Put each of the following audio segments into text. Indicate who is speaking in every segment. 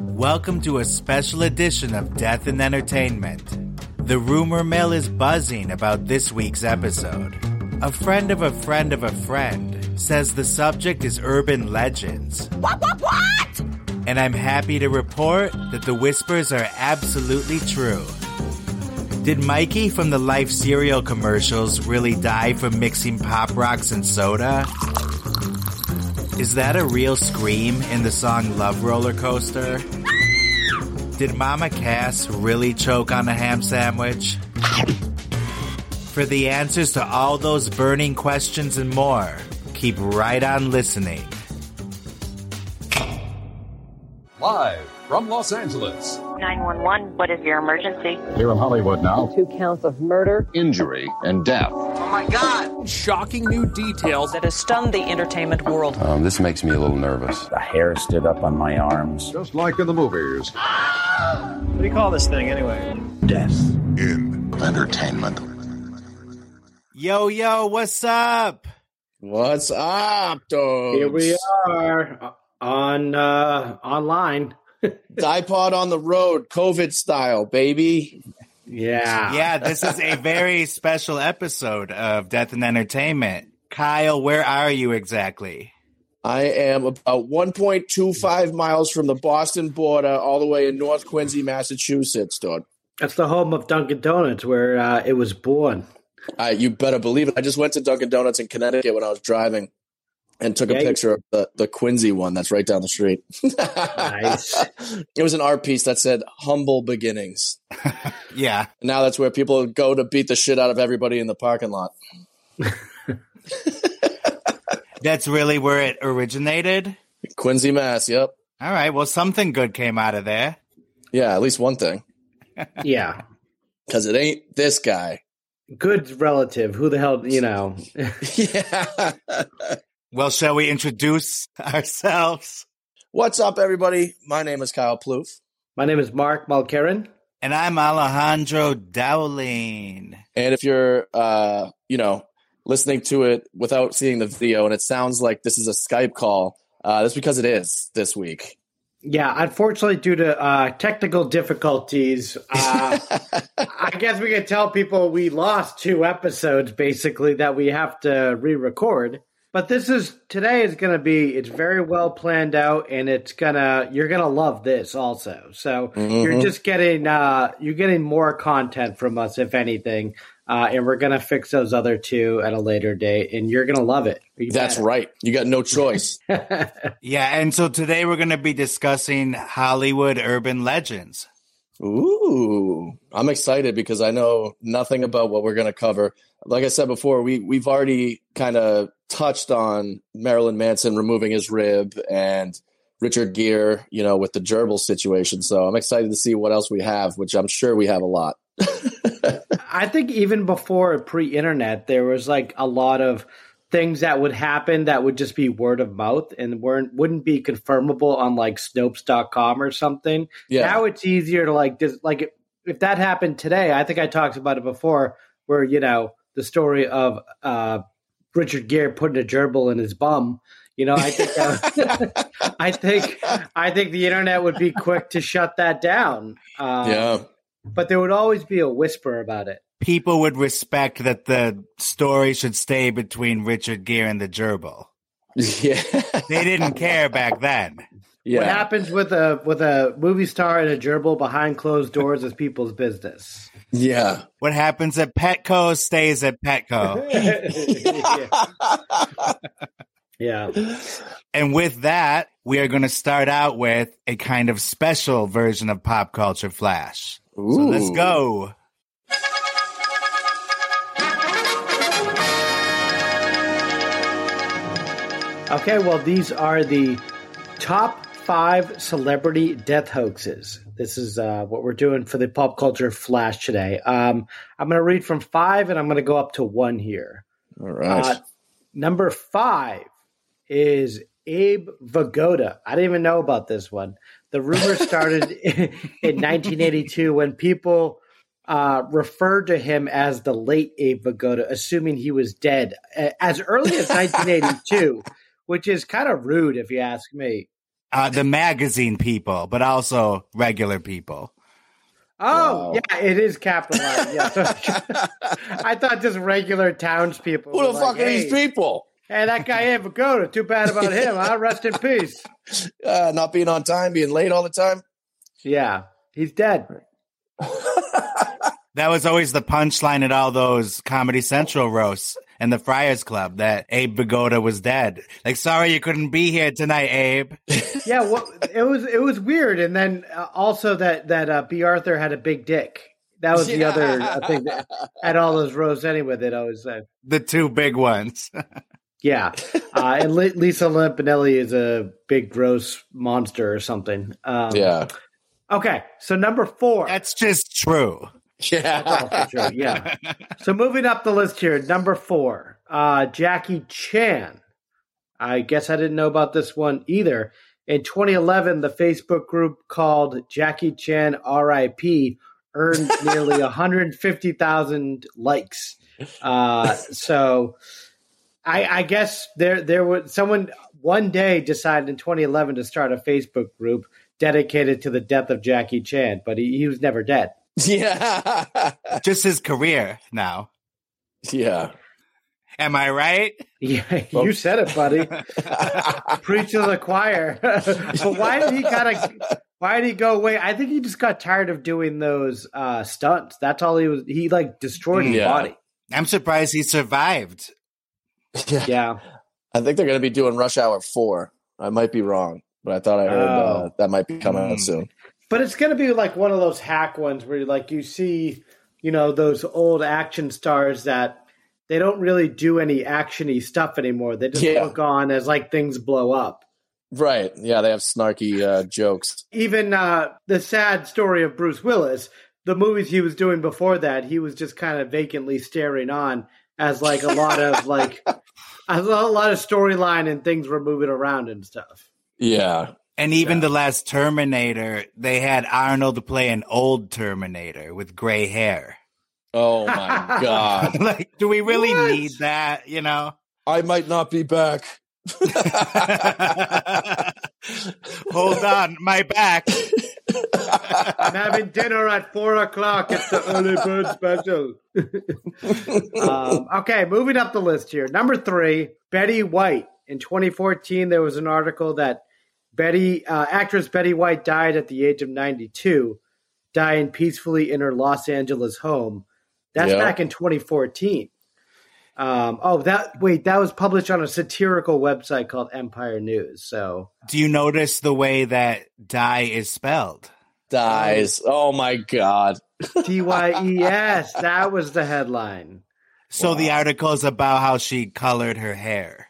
Speaker 1: Welcome to a special edition of Death and Entertainment. The rumor mill is buzzing about this week's episode. A friend of a friend of a friend says the subject is urban legends.
Speaker 2: What, what, what?
Speaker 1: And I'm happy to report that the whispers are absolutely true. Did Mikey from the Life cereal commercials really die from mixing pop rocks and soda? Is that a real scream in the song Love Roller Coaster? Did Mama Cass really choke on a ham sandwich? For the answers to all those burning questions and more, keep right on listening.
Speaker 3: Live from Los Angeles.
Speaker 4: 911, what is your emergency?
Speaker 5: Here in Hollywood now.
Speaker 6: Two counts of murder,
Speaker 5: Injury and death.
Speaker 2: Oh my God!
Speaker 7: Shocking new details.
Speaker 8: that has stunned the entertainment world.
Speaker 9: Um, this makes me a little nervous.
Speaker 10: The hair stood up on my arms.
Speaker 5: Just like in the movies.
Speaker 11: What do you call this thing anyway?
Speaker 10: Death.
Speaker 12: In entertainment.
Speaker 1: Yo, yo, what's up?
Speaker 13: What's up, dude?
Speaker 14: Here we are on uh online.
Speaker 13: iPod on the road, COVID style, baby.
Speaker 14: Yeah.
Speaker 1: Yeah, this is a very special episode of Death and Entertainment. Kyle, where are you exactly?
Speaker 13: I am about 1.25 miles from the Boston border, all the way in North Quincy, Massachusetts, dude.
Speaker 14: That's the home of Dunkin' Donuts, where uh, it was born.
Speaker 13: Uh, you better believe it. I just went to Dunkin' Donuts in Connecticut when I was driving and took
Speaker 14: Yeah,
Speaker 13: a
Speaker 14: you-
Speaker 13: picture of the, the Quincy one that's right down the street.
Speaker 14: Nice.
Speaker 13: It was an art piece that said humble beginnings.
Speaker 1: Yeah.
Speaker 13: Now that's where people go to beat the shit out of everybody in the parking lot.
Speaker 1: That's really where it originated.
Speaker 13: Quincy, Mass. Yep.
Speaker 1: All right. Well, something good came out of there.
Speaker 13: Yeah, at least one thing.
Speaker 14: yeah.
Speaker 13: Because it ain't this guy.
Speaker 14: Good relative. Who the hell, you know?
Speaker 13: yeah.
Speaker 1: Well, shall we introduce ourselves?
Speaker 13: What's up, everybody? My name is Kyle Plouffe,
Speaker 14: My name is Mark Mulcairn.
Speaker 1: And I'm Alejandro Dowling.
Speaker 13: and if you're, uh, you know, listening to it without seeing the video, and it sounds like this is a Skype call, uh, that's because it is this week.
Speaker 14: Yeah, unfortunately, due to uh, technical difficulties, uh, I guess we could tell people we lost two episodes basically that we have to re-record. But this is today is going to be it's very well planned out, and it's gonna you're gonna love this also. So you're
Speaker 13: Mhm.
Speaker 14: just getting uh, you're getting more content from us, if anything. Uh, and we're gonna fix those other two at a later date, and you're gonna love it. You
Speaker 13: That's right. You got no choice.
Speaker 14: bet.
Speaker 1: Yeah. And so today we're going to be discussing Hollywood urban legends.
Speaker 13: Ooh, I'm excited because I know nothing about what we're going to cover. Like I said before, we we've already kind of touched on Marilyn Manson removing his rib and Richard Gere, you know, with the gerbil situation. So I'm excited to see what else we have, which I'm sure we have a lot.
Speaker 14: I think even before pre-internet, there was like a lot of things that would happen that would just be word of mouth and weren't wouldn't be confirmable on like Snopes.com or something.
Speaker 13: Yeah,
Speaker 14: Now it's easier to like just like if that happened today. I think I talked about it before, where you know the story of uh, Richard Gere putting a gerbil in his bum. You know, I think that, I think I think the internet would be quick to shut that down. Uh,
Speaker 13: yeah,
Speaker 14: but there would always be a whisper about it.
Speaker 1: People would respect that the story should stay between Richard Gere and the gerbil.
Speaker 13: yeah,
Speaker 1: They didn't care back then.
Speaker 13: yeah.
Speaker 14: What happens with a with a movie star and a gerbil behind closed doors is people's business.
Speaker 13: yeah.
Speaker 1: What happens at Petco stays at Petco.
Speaker 14: yeah. Yeah.
Speaker 1: and with that, we are going to start out with a kind of special version of Pop Culture Flash. So let's
Speaker 13: Ooh.
Speaker 1: go.
Speaker 14: Okay, well these are the top five celebrity death hoaxes. This is uh, what we're doing for the pop culture flash today. Um, I'm going to read from five, and I'm going to go up to one here.
Speaker 13: All right.
Speaker 14: Uh, number five is Abe Vigoda. I didn't even know about this one. The rumor started in 1982 when people uh, referred to him as the late Abe Vigoda, assuming he was dead uh, as early as 1982, which is kind of rude if you ask me.
Speaker 1: uh, the magazine people, but also regular people.
Speaker 14: Oh, wow. yeah, it is capitalized. Yeah. So, I thought just regular townspeople.
Speaker 13: Who the fuck like, are hey, these people?
Speaker 14: Hey, that guy Ed Vigoda. Too bad about him. Huh? Rest in peace.
Speaker 13: Uh, not being on time, being late all the time.
Speaker 14: Yeah, he's dead.
Speaker 1: that was always the punchline at all those Comedy Central roasts and the Friars Club that Abe Bagoda was dead. Like, sorry you couldn't be here tonight, Abe.
Speaker 14: yeah, well, it was it was weird, and then uh, also that that uh, B. Arthur had a big dick. That was the yeah. other uh, thing that, at all those rows anyway that always said
Speaker 1: the two big ones.
Speaker 14: yeah, uh, and Li- Lisa Lampanelli is a big gross monster or something. Um,
Speaker 13: yeah.
Speaker 14: Okay, so number four.
Speaker 1: That's just true.
Speaker 13: Yeah.
Speaker 14: Sure. Yeah. So moving up the list here, number four, uh, Jackie Chan. I guess I didn't know about this one either. In 2011, the Facebook group called Jackie Chan RIP earned nearly 150,000 likes. Uh, so I, I guess there there was someone one day decided in 2011 to start a Facebook group dedicated to the death of Jackie Chan, but he, he was never dead.
Speaker 13: Yeah.
Speaker 1: Just his career now.
Speaker 13: Yeah.
Speaker 1: Am I right?
Speaker 14: Yeah, Oops. you said it, buddy. Preach to the choir. but why did he kind of? Why did he go away? I think he just got tired of doing those uh, stunts. That's all he was. He like destroyed his yeah. body.
Speaker 1: I'm surprised he survived.
Speaker 14: Yeah. yeah.
Speaker 13: I think they're going to be doing Rush Hour Four. I might be wrong, but I thought I heard oh. uh, that might be coming mm. out soon.
Speaker 14: But it's going to be like one of those hack ones where like you see, you know, those old action stars that they don't really do any actiony stuff anymore. They just yeah. look on as like things blow up.
Speaker 13: Right. Yeah, they have snarky uh, jokes.
Speaker 14: Even uh, the sad story of Bruce Willis, the movies he was doing before that, he was just kind of vacantly staring on as like a lot of like a lot of storyline and things were moving around and stuff.
Speaker 13: Yeah.
Speaker 1: And even yeah. the last Terminator, they had Arnold play an old Terminator with gray hair.
Speaker 13: Oh my god!
Speaker 1: like, do we really what? need that? You know,
Speaker 13: I might not be back.
Speaker 1: Hold on, my back.
Speaker 14: I'm having dinner at four o'clock. It's the early bird special. Um, okay, moving up the list here. Number three, Betty White. In 2014, there was an article that Betty, uh, actress Betty White died at the age of 92, dying peacefully in her Los Angeles home. That's yep. back in 2014. Um, oh, that wait, that was published on a satirical website called Empire News. So,
Speaker 1: do you notice the way that die is spelled?
Speaker 13: Dies. Oh my God.
Speaker 14: D Y E S. That was the headline.
Speaker 1: So wow. the article is about how she colored her hair.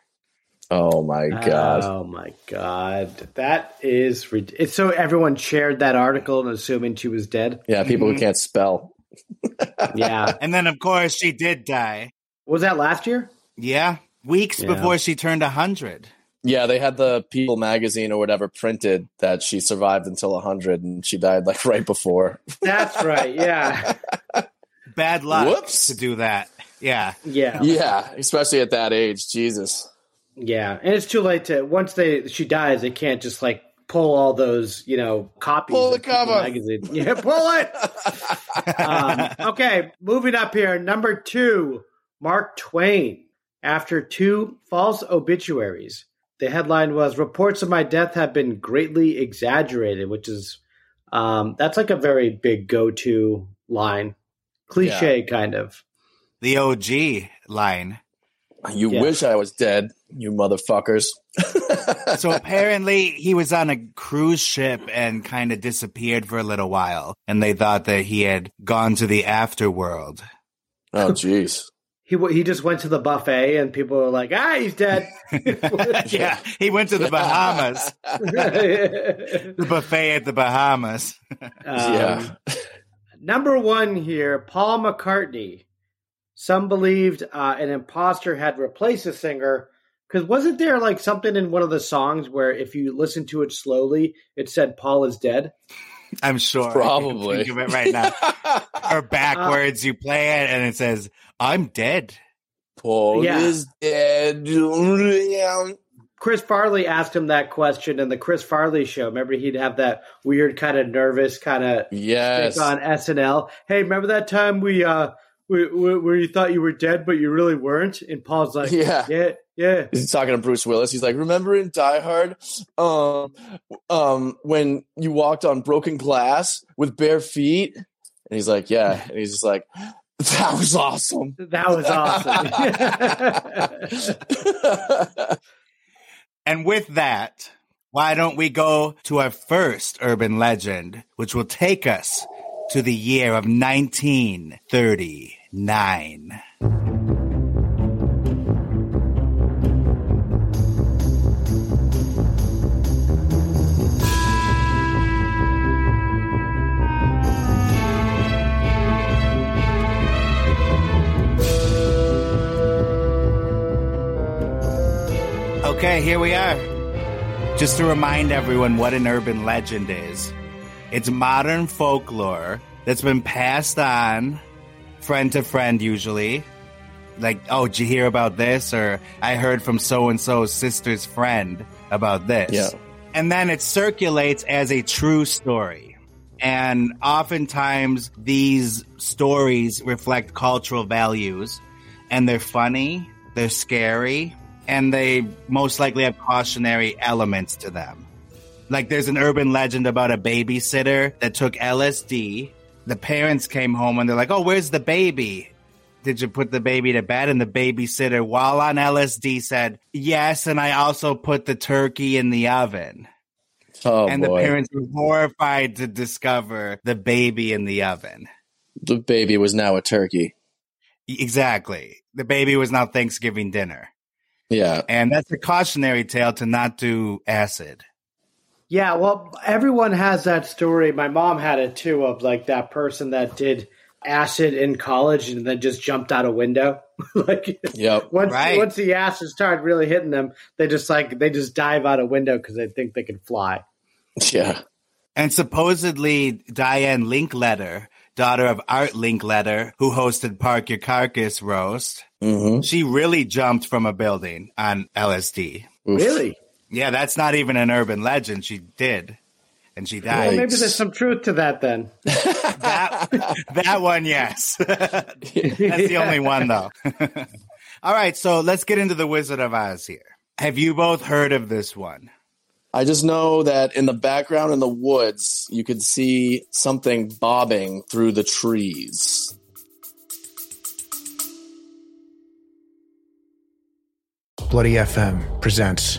Speaker 13: Oh my god!
Speaker 14: Oh my god! That is ridiculous. So everyone shared that article and assuming she was dead.
Speaker 13: Yeah, people mm-hmm. who can't spell.
Speaker 14: yeah,
Speaker 1: and then of course she did die.
Speaker 14: Was that last year?
Speaker 1: Yeah, weeks yeah. before she turned hundred.
Speaker 13: Yeah, they had the People magazine or whatever printed that she survived until hundred, and she died like right before.
Speaker 14: That's right. Yeah.
Speaker 1: Bad luck. Whoops. To do that. Yeah.
Speaker 14: Yeah.
Speaker 13: Yeah, especially at that age. Jesus.
Speaker 14: Yeah, and it's too late to once they she dies, they can't just like pull all those you know copies.
Speaker 13: Pull the cover
Speaker 14: magazine. Yeah, pull it. um, okay, moving up here, number two, Mark Twain. After two false obituaries, the headline was "Reports of my death have been greatly exaggerated," which is um, that's like a very big go-to line, cliche yeah. kind of.
Speaker 1: The OG line.
Speaker 13: You yeah. wish I was dead, you motherfuckers.
Speaker 1: so apparently he was on a cruise ship and kind of disappeared for a little while and they thought that he had gone to the afterworld.
Speaker 13: Oh jeez.
Speaker 14: he he just went to the buffet and people were like, "Ah, he's dead."
Speaker 1: yeah, he went to the Bahamas. the buffet at the Bahamas.
Speaker 13: Um, yeah.
Speaker 14: number 1 here, Paul McCartney. Some believed uh, an imposter had replaced the singer because wasn't there like something in one of the songs where if you listen to it slowly, it said Paul is dead?
Speaker 1: I'm sure.
Speaker 13: Probably.
Speaker 1: Think of it right now. or backwards, uh, you play it and it says, I'm dead.
Speaker 13: Paul yeah. is dead.
Speaker 14: Chris Farley asked him that question in the Chris Farley show. Remember, he'd have that weird kind of nervous kind of
Speaker 13: yes
Speaker 14: on SNL. Hey, remember that time we uh we, we, where you thought you were dead but you really weren't? And Paul's like,
Speaker 13: Yeah.
Speaker 14: yeah, yeah.
Speaker 13: He's talking to Bruce Willis. He's like, "Remember in Die Hard, um, um, when you walked on broken glass with bare feet?" And he's like, "Yeah." And he's just like, "That was awesome."
Speaker 14: That was awesome.
Speaker 1: And with that, why don't we go to our first urban legend, which will take us to the year of 1939. Okay, here we are. Just to remind everyone what an urban legend is it's modern folklore that's been passed on friend to friend, usually. Like, oh, did you hear about this? Or I heard from so and so's sister's friend about this.
Speaker 13: Yeah.
Speaker 1: And then it circulates as a true story. And oftentimes these stories reflect cultural values and they're funny, they're scary, and they most likely have cautionary elements to them. Like there's an urban legend about a babysitter that took LSD. The parents came home and they're like, "Oh, where's the baby? Did you put the baby to bed?" And the babysitter, while on LSD, said, "Yes, and I also put the turkey in the oven."
Speaker 13: Oh
Speaker 1: and
Speaker 13: boy,
Speaker 1: the parents were horrified to discover the baby in the oven. E,
Speaker 13: the baby was now a turkey.
Speaker 1: Exactly. The baby was now Thanksgiving dinner.
Speaker 13: Yeah,
Speaker 1: And that's a cautionary tale to not do acid.
Speaker 14: yeah, well, everyone has that story. My mom had it too of like that person that did acid in college and then just jumped out a window. like
Speaker 13: yep.
Speaker 14: once
Speaker 1: Right.
Speaker 14: once the acid started really hitting them, they just like they just dive out a window because they think they can fly.
Speaker 13: Yeah.
Speaker 1: And supposedly Diane Linkletter, daughter of Art Linkletter, who hosted Park Your Carcass Roast,
Speaker 13: Mm-hmm.
Speaker 1: she really jumped from a building on LSD.
Speaker 14: Really?
Speaker 1: Yeah, that's not even an urban legend. She did. And she
Speaker 14: Well,
Speaker 1: died.
Speaker 14: maybe there's some truth to that then.
Speaker 1: that, that one, yes. that's the only one, though. All right, so let's get into The Wizard of Oz here. Have you both heard of this one?
Speaker 13: I just know that in the background in the woods, you could see something bobbing through the trees.
Speaker 6: Bloody FM presents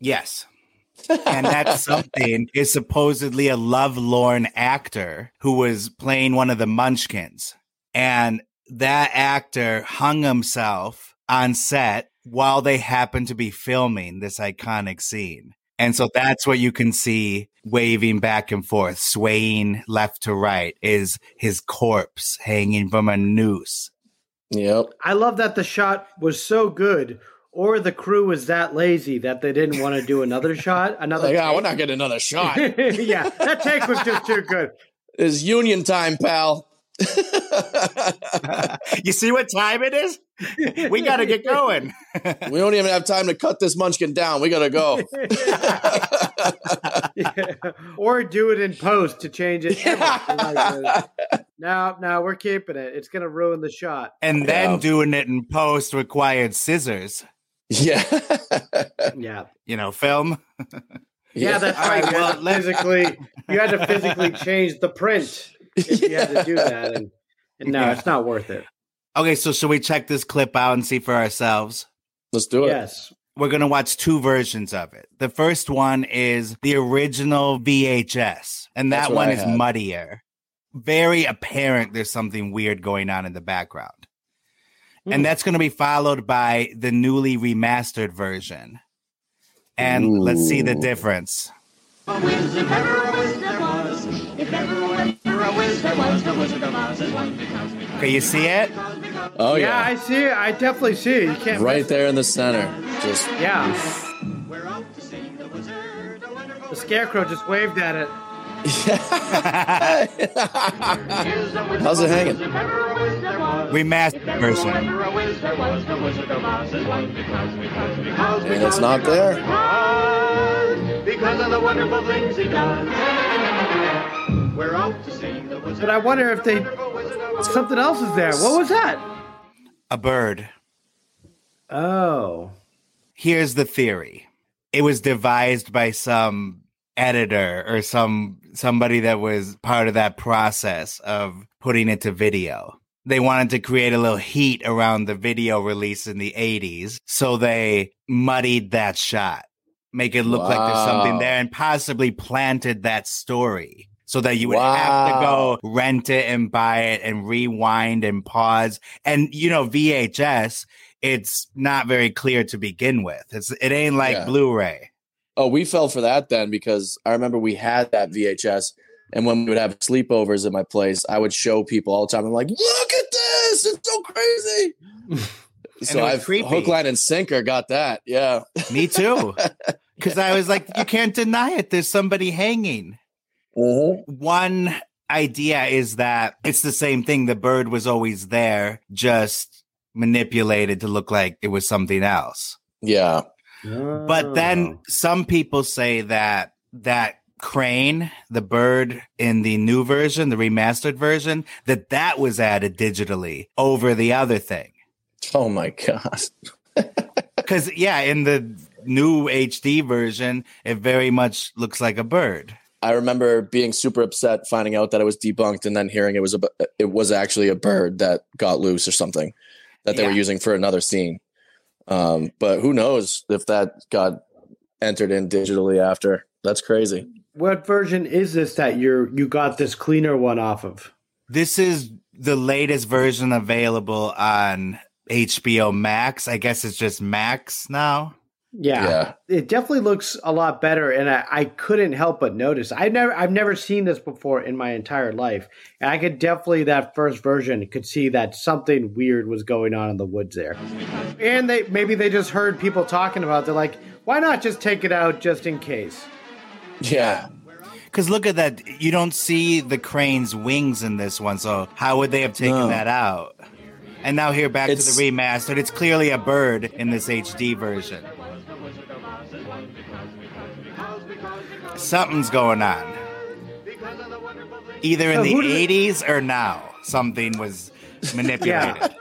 Speaker 1: Yes. and that something is supposedly a lovelorn actor who was playing one of the munchkins. And that actor hung himself on set while they happened to be filming this iconic scene. And so that's what you can see waving back and forth, swaying left to right, is his corpse hanging from a noose.
Speaker 13: Yep.
Speaker 14: I love that the shot was so good, or the crew was that lazy that they didn't want to do another shot. Another
Speaker 13: Like, oh, we're
Speaker 14: take.
Speaker 13: not getting another shot.
Speaker 14: yeah, that take was just too good.
Speaker 13: it's union time, pal.
Speaker 1: you see what time it is? We got to get going.
Speaker 13: We don't even have time to cut this munchkin down. We gotta go.
Speaker 14: Or do it in post to change it. no, no, we're keeping it. It's gonna ruin the shot.
Speaker 1: and then
Speaker 13: Yeah.
Speaker 1: doing it in post required scissors.
Speaker 13: yeah.
Speaker 14: Yeah,
Speaker 1: You know, film.
Speaker 14: yeah, that's right. You had to physically, you had to physically change the print if you had to do that, and, and no,
Speaker 1: Yeah.
Speaker 14: it's not worth it.
Speaker 1: Okay, so should we check this clip out and see for ourselves?
Speaker 13: Let's do it.
Speaker 14: Yes,
Speaker 1: We're going to watch two versions of it. The first one is the original VHS, and
Speaker 13: That's
Speaker 1: that one
Speaker 13: what I
Speaker 1: is
Speaker 13: had.
Speaker 1: muddier. Very apparent there's something weird going on in the background.
Speaker 13: Hmm.
Speaker 1: and that's going to be followed by the newly remastered version. And let's see the difference. Okay, you see it?
Speaker 13: Oh yeah.
Speaker 14: I see it. I definitely see it. You can't
Speaker 13: Right there in the center. Just
Speaker 14: Yeah. The scarecrow just waved at it.
Speaker 13: how's it hanging?
Speaker 1: Remastered version.
Speaker 13: I mean, it's not there.
Speaker 2: Because of the wonderful things he does. We're out to see the
Speaker 14: But I wonder if they something else is there. What was that?
Speaker 1: A bird.
Speaker 14: Oh.
Speaker 1: Here's the theory. It was devised by some editor or some somebody that was part of that process of putting it to video. They wanted to create a little heat around the video release in the 80s, so they muddied that shot. Make it look like there's something
Speaker 13: Wow.
Speaker 1: there and possibly planted that story so that you would have to
Speaker 13: Wow.
Speaker 1: go rent it and buy it and rewind and pause. And you know, VHS, it's not very clear to begin with. It's it ain't like
Speaker 13: Yeah.
Speaker 1: Blu-ray.
Speaker 13: Oh, we fell for that then because I remember we had that VHS, and when we would have sleepovers at my place, I would show people all the time. I'm like, look at this! It's so crazy.
Speaker 1: it
Speaker 13: so
Speaker 1: was
Speaker 13: I've
Speaker 1: creepy.
Speaker 13: hook, line, and sinker got that. Yeah,
Speaker 1: Me too. Cause I was like, you can't deny it. There's somebody hanging. Mm-hmm. One idea is that it's the same thing. The bird was always there, just manipulated to look like it was something else.
Speaker 13: yeah.
Speaker 14: Oh.
Speaker 1: But then some people say that that crane, the bird in the new version, the remastered version, that that was added digitally over the other thing.
Speaker 13: Oh my god.
Speaker 1: Cuz yeah, in the new HD version, it very much looks like a bird.
Speaker 13: I remember being super upset finding out that it was debunked, and then hearing it was a bu- it was actually a bird that got loose or something that they were
Speaker 1: Yeah.
Speaker 13: using for another scene. Um, but who knows if that got entered in digitally after? That's crazy.
Speaker 14: What version is this that you're you got this cleaner one off of?
Speaker 1: This is the latest version available on HBO Max. I guess it's just Max now.
Speaker 14: Yeah. It definitely looks a lot better and I, I couldn't help but notice. I never I've never seen this before in my entire life. And I could definitely that first version could see that something weird was going on in the woods there. And they maybe they just heard people talking about it. they're like, why not just take it out just in case?
Speaker 13: yeah.
Speaker 1: Because look at that. You don't see the crane's wings in this one. So how would they have taken
Speaker 13: No.
Speaker 1: that out? And now here back to
Speaker 13: It's-
Speaker 1: the remastered. It's clearly a bird in this HD version. Something's going on. Either in
Speaker 14: So
Speaker 1: the
Speaker 14: who do they-
Speaker 1: 80s or now, something was manipulated.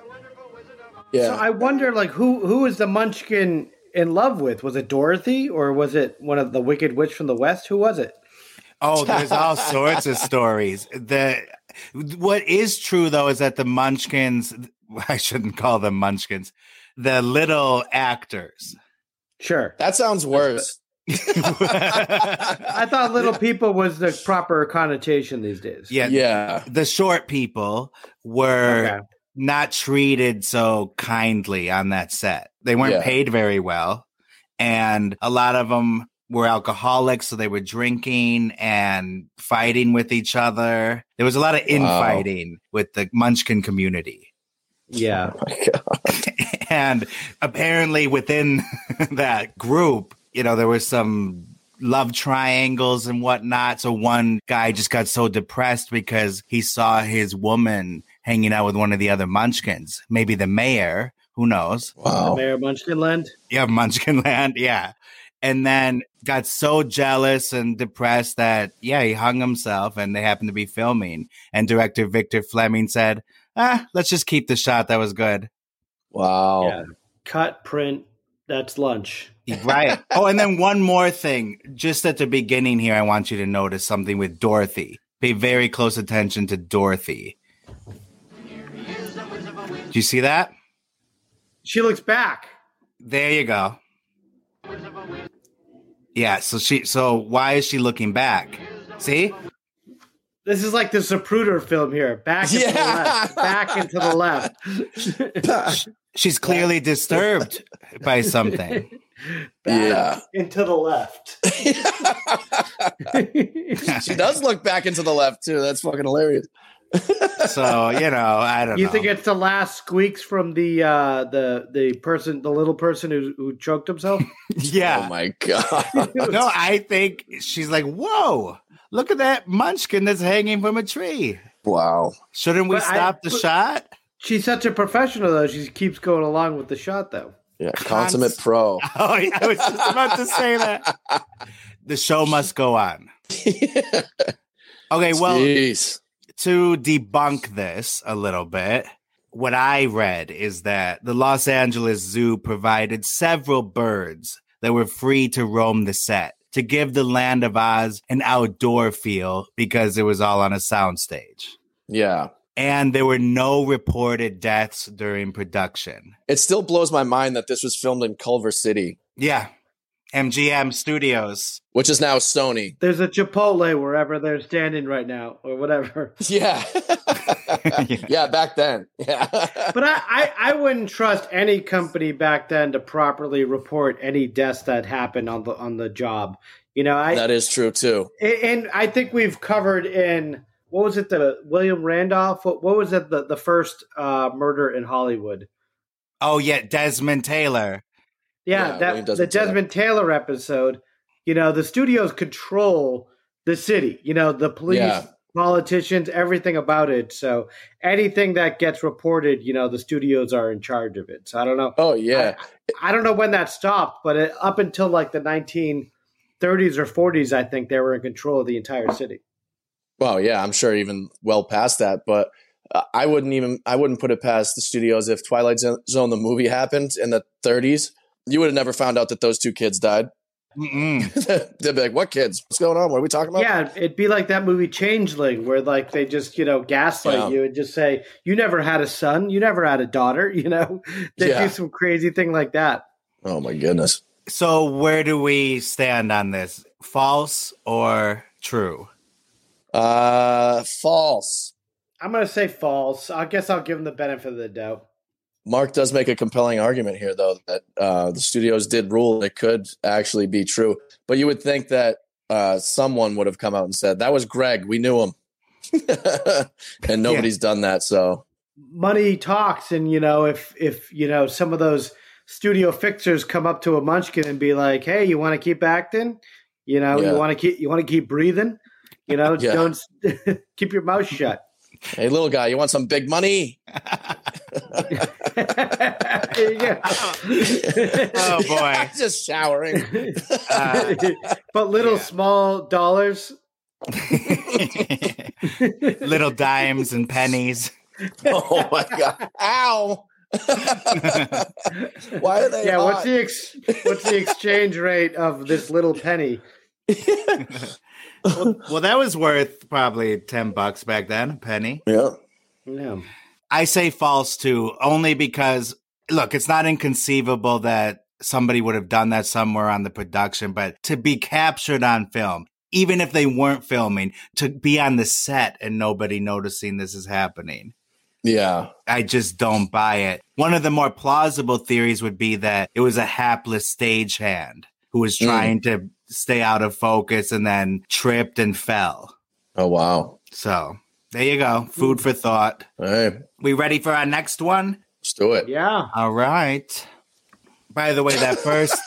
Speaker 13: Yeah.
Speaker 14: So I wonder, like, who who is the Munchkin in love with? Was it Dorothy or was it one of the Wicked Witch from the West? Who was it?
Speaker 1: Oh, there's all sorts of stories. The what is true though is that the Munchkins, I shouldn't call them Munchkins, the little actors.
Speaker 14: Sure,
Speaker 13: that sounds worse.
Speaker 1: yeah,
Speaker 14: I thought little people was the proper connotation these days.
Speaker 13: yeah.
Speaker 1: the short people were
Speaker 14: Okay.
Speaker 1: not treated so kindly on that set. They weren't
Speaker 13: Yeah.
Speaker 1: paid very well, and a lot of them were alcoholics, so they were drinking and fighting with each other. There was a lot of infighting with the Munchkin community.
Speaker 14: yeah.
Speaker 1: and apparently within that group you know there was some love triangles and whatnot so one guy just got so depressed because he saw his woman hanging out with one of the other munchkins maybe the mayor who knows
Speaker 13: Wow.
Speaker 14: Mayor Munchkinland.
Speaker 1: yeah munchkin land yeah and then got so jealous and depressed that yeah he hung himself and they happened to be filming and director victor fleming said ah let's just keep the shot that was good
Speaker 13: Wow.
Speaker 14: Yeah. Cut print. That's lunch.
Speaker 1: Right. Oh, and then one more thing. Just at the beginning here, I want you to notice something with Dorothy. Pay very close attention to Dorothy. Do you see that?
Speaker 14: She looks back.
Speaker 1: There you go. Yeah, so she so why is she looking back? See?
Speaker 14: This is like the Zapruder film here. Back into the left. Back into the left.
Speaker 1: She's clearly disturbed by something.
Speaker 14: Back into the left.
Speaker 13: she does look back into the left too. That's fucking hilarious.
Speaker 1: So you know, I don't.
Speaker 14: You
Speaker 1: know.
Speaker 14: think it's the last squeaks from the uh, the the person, the little person who who choked himself?
Speaker 1: Yeah.
Speaker 13: Oh my god.
Speaker 1: no, I think she's like, whoa, look at that munchkin that's hanging from a tree.
Speaker 13: Wow.
Speaker 1: Shouldn't we
Speaker 14: But I-
Speaker 1: stop the
Speaker 14: but-
Speaker 1: shot?
Speaker 14: She's such a professional though. She keeps going along with the shot though.
Speaker 13: Yeah, consummate pro.
Speaker 1: Oh, yeah, I was just about to say that. The show must go on. Okay, well,
Speaker 13: Jeez.
Speaker 1: to debunk this a little bit, what I read is that the Los Angeles Zoo provided several birds that were free to roam the set to give the Land of Oz an outdoor feel because it was all on a soundstage.
Speaker 13: Yeah.
Speaker 1: And there were no reported deaths during production.
Speaker 13: It still blows my mind that this was filmed in Culver City,
Speaker 1: Yeah. MGM Studios.
Speaker 13: which is now Sony.
Speaker 14: There's a Chipotle wherever they're standing right now, or whatever.
Speaker 13: Yeah. yeah, back then. Yeah.
Speaker 14: But I, I, I wouldn't trust any company back then to properly report any deaths that happened on the on the job. You know, I
Speaker 13: that is true too.
Speaker 14: and- and I think we've covered in what was it the William Randolph? What, what was it the the first uh, murder in Hollywood?
Speaker 1: Oh, yeah. Desmond Taylor.
Speaker 14: Yeah,
Speaker 13: Yeah,
Speaker 14: that
Speaker 13: William Desmond
Speaker 14: the
Speaker 13: Taylor.
Speaker 14: Desmond Taylor. episode. You know, the studios control the city. You know, the police,
Speaker 13: Yeah.
Speaker 14: politicians, everything about it. So anything that gets reported, you know, the studios are in charge of it. So I don't know.
Speaker 13: Oh yeah.
Speaker 14: I don't know when that stopped, but it, up until like the 1930s or 40s, I think they were in control of the entire city.
Speaker 13: Well, yeah, I'm sure even well past that, but uh, I wouldn't even I wouldn't put it past the studios if Twilight Zo- Zone the movie happened in the 30s. You would have never found out that those two kids died.
Speaker 1: Mm-mm.
Speaker 13: They'd be like, "What kids? What's going on? What are we talking about?"
Speaker 14: Yeah, it'd be like that movie Changeling, where like they just you know gaslight
Speaker 13: Yeah.
Speaker 14: you and just say you never had a son, you never had a daughter. You know, they
Speaker 13: Yeah.
Speaker 14: do some crazy thing like that.
Speaker 13: Oh my goodness.
Speaker 1: So, where do we stand on this? False or true?
Speaker 13: Uh, false.
Speaker 14: I'm gonna say false. I guess I'll give them the benefit of the doubt.
Speaker 13: Mark does make a compelling argument here, though, that uh, the studios did rule it could actually be true. But you would think that uh, someone would have come out and said, that was Greg. We knew him. and nobody's done that. So,
Speaker 14: Money talks, and you know if if you know some of those studio fixers come up to a munchkin and be like, "Hey, you want to keep acting? You know,
Speaker 13: Yeah.
Speaker 14: you want to keep you want to keep breathing? You know,
Speaker 13: Yeah.
Speaker 14: don't keep your mouth shut."
Speaker 13: hey, little guy, you want some big money?
Speaker 14: there you go.
Speaker 1: Oh, boy.
Speaker 13: Just showering.
Speaker 1: Uh,
Speaker 14: but little small dollars.
Speaker 1: Little dimes and pennies.
Speaker 13: oh, my God. Ow. Why are they?
Speaker 14: yeah, what's
Speaker 13: hot?
Speaker 14: the ex- what's the exchange rate of this little penny?
Speaker 1: Well, that was worth probably 10 bucks back then, a penny.
Speaker 13: Yeah.
Speaker 14: No.
Speaker 1: I say false too, only because, look, it's not inconceivable that somebody would have done that somewhere on the production, but to be captured on film, even if they weren't filming, to be on the set and nobody noticing this is happening.
Speaker 13: Yeah.
Speaker 1: I just don't buy it. One of the more plausible theories would be that it was a hapless stagehand who was
Speaker 13: Mm.
Speaker 1: trying to stay out of focus and then tripped and fell.
Speaker 13: Oh, wow.
Speaker 1: So there you go. Food for thought.
Speaker 13: All right.
Speaker 1: We ready for our next one?
Speaker 13: Let's do it.
Speaker 14: Yeah.
Speaker 1: All right. By the way, that first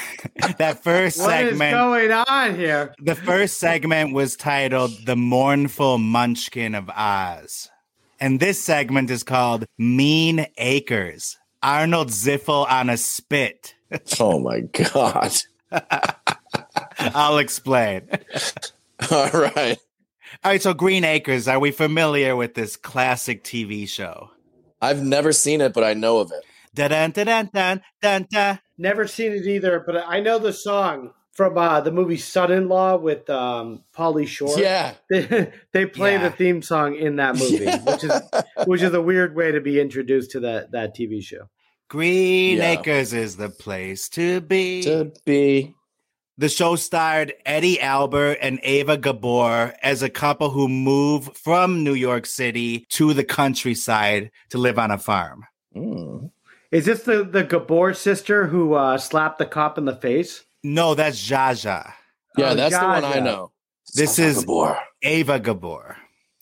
Speaker 1: that first
Speaker 14: What is
Speaker 1: segment
Speaker 14: going on here?
Speaker 1: the first segment was titled The Mournful Munchkin of Oz. And this segment is called Mean Acres. Arnold Ziffel on a spit.
Speaker 13: Oh, my God.
Speaker 1: I'll explain.
Speaker 13: All right.
Speaker 1: All right, so Green Acres, are we familiar with this classic TV show?
Speaker 13: I've never seen it, but I know of it.
Speaker 1: Dun dun dun dun dun dun.
Speaker 14: Never seen it either, but I know the song from uh, the movie Son-in-Law with um, Pauly Shore.
Speaker 13: Yeah.
Speaker 14: They, they play
Speaker 1: Yeah.
Speaker 14: the theme song in that movie, which is which is a weird way to be introduced to that that TV show.
Speaker 1: Green
Speaker 13: Yeah.
Speaker 1: Acres is the place to be.
Speaker 13: To be.
Speaker 1: The show starred Eddie Albert and Ava Gabor as a couple who move from New York City to the countryside to live on a farm.
Speaker 13: Mm.
Speaker 14: Is this the, the Gabor sister who uh, slapped the cop in the face?
Speaker 1: No, that's Jaja.
Speaker 13: Yeah, oh, that's Jaja. the one I know.
Speaker 1: This Saba is Gabor. Ava Gabor,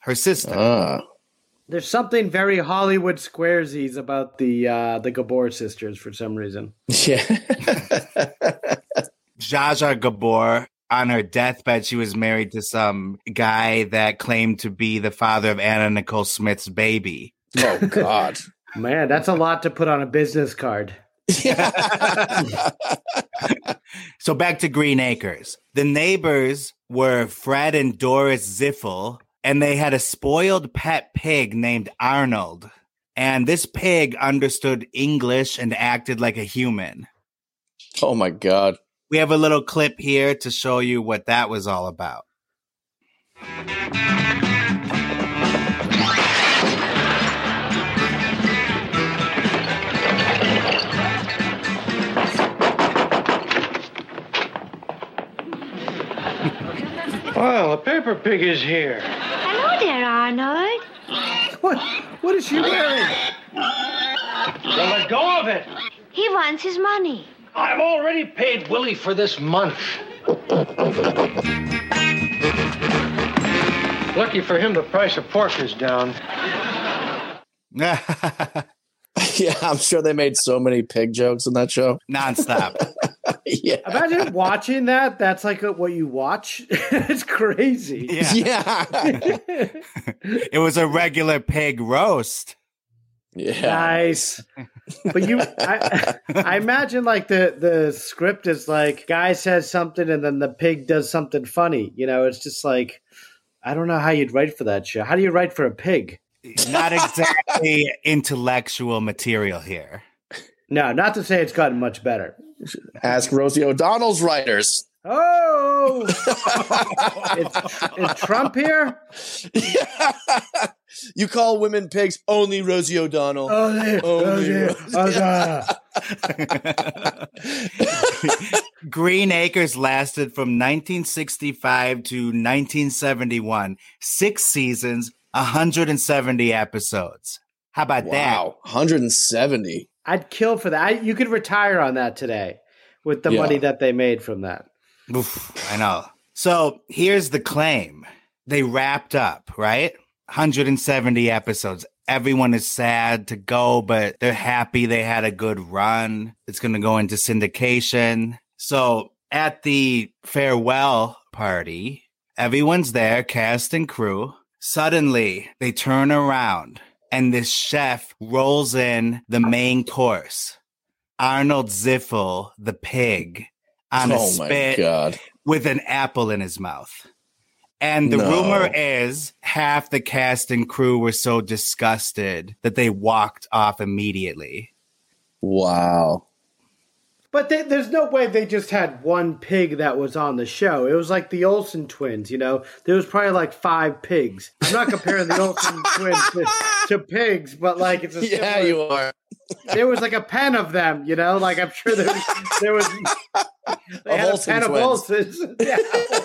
Speaker 1: her sister.
Speaker 13: Uh.
Speaker 14: There's something very Hollywood squaresies about the uh, the Gabor sisters for some reason.
Speaker 13: Yeah.
Speaker 1: Jaja Gabor, on her deathbed, she was married to some guy that claimed to be the father of Anna Nicole Smith's baby.
Speaker 13: Oh God,
Speaker 14: man, that's a lot to put on a business card.
Speaker 1: so back to Green Acres. The neighbors were Fred and Doris Ziffel, and they had a spoiled pet pig named Arnold. And this pig understood English and acted like a human.
Speaker 13: Oh my God.
Speaker 1: We have a little clip here to show you what that was all about.
Speaker 15: Well, the paper pig is here.
Speaker 16: Hello there, Arnold.
Speaker 14: What? What is she wearing?
Speaker 15: Well, let go of it.
Speaker 16: He wants his money.
Speaker 15: I've already paid Willie for this month. Lucky for him, the price of pork is down.
Speaker 13: yeah, I'm sure they made so many pig jokes in that show.
Speaker 1: Nonstop.
Speaker 13: yeah.
Speaker 14: Imagine watching that. That's like a, what you watch. it's crazy.
Speaker 1: Yeah.
Speaker 13: yeah.
Speaker 1: it was a regular pig roast.
Speaker 13: Yeah.
Speaker 14: Nice. But you I, I imagine like the the script is like guy says something and then the pig does something funny. You know, it's just like I don't know how you'd write for that show. How do you write for a pig?
Speaker 1: Not exactly intellectual material here.
Speaker 14: No, not to say it's gotten much better.
Speaker 13: Ask Rosie O'Donnell's writers.
Speaker 14: Oh, it's, it's Trump here.
Speaker 13: Yeah. You call women pigs only Rosie O'Donnell.
Speaker 14: Only,
Speaker 13: Oh.
Speaker 14: only, only Oh, O'Donnell.
Speaker 1: Green Acres lasted from 1965 to 1971, six seasons, 170 episodes. How about wow, that? Wow,
Speaker 13: 170.
Speaker 14: I'd kill for that. I, you could retire on that today with the yeah. money that they made from that.
Speaker 1: Oof, I know. So here's the claim they wrapped up, right? 170 episodes. Everyone is sad to go, but they're happy they had a good run. It's going to go into syndication. So at the farewell party, everyone's there, cast and crew. Suddenly, they turn around and this chef rolls in the main course. Arnold Ziffel, the pig, on a
Speaker 13: oh
Speaker 1: spit with an apple in his mouth. And the
Speaker 13: No.
Speaker 1: rumor is half the cast and crew were so disgusted that they walked off immediately.
Speaker 13: Wow.
Speaker 14: But they, there's no way they just had one pig that was on the show. It was like the Olsen twins, you know. There was probably like five pigs. I'm not comparing the Olsen twins to, to pigs, but like it's a
Speaker 13: Yeah,
Speaker 14: similar-
Speaker 13: you are.
Speaker 14: There was like a pen of them, you know. Like I'm sure there was there was they
Speaker 13: Of
Speaker 14: had a
Speaker 13: Olsen
Speaker 14: pen of
Speaker 13: twins.
Speaker 14: Olsens. Yeah.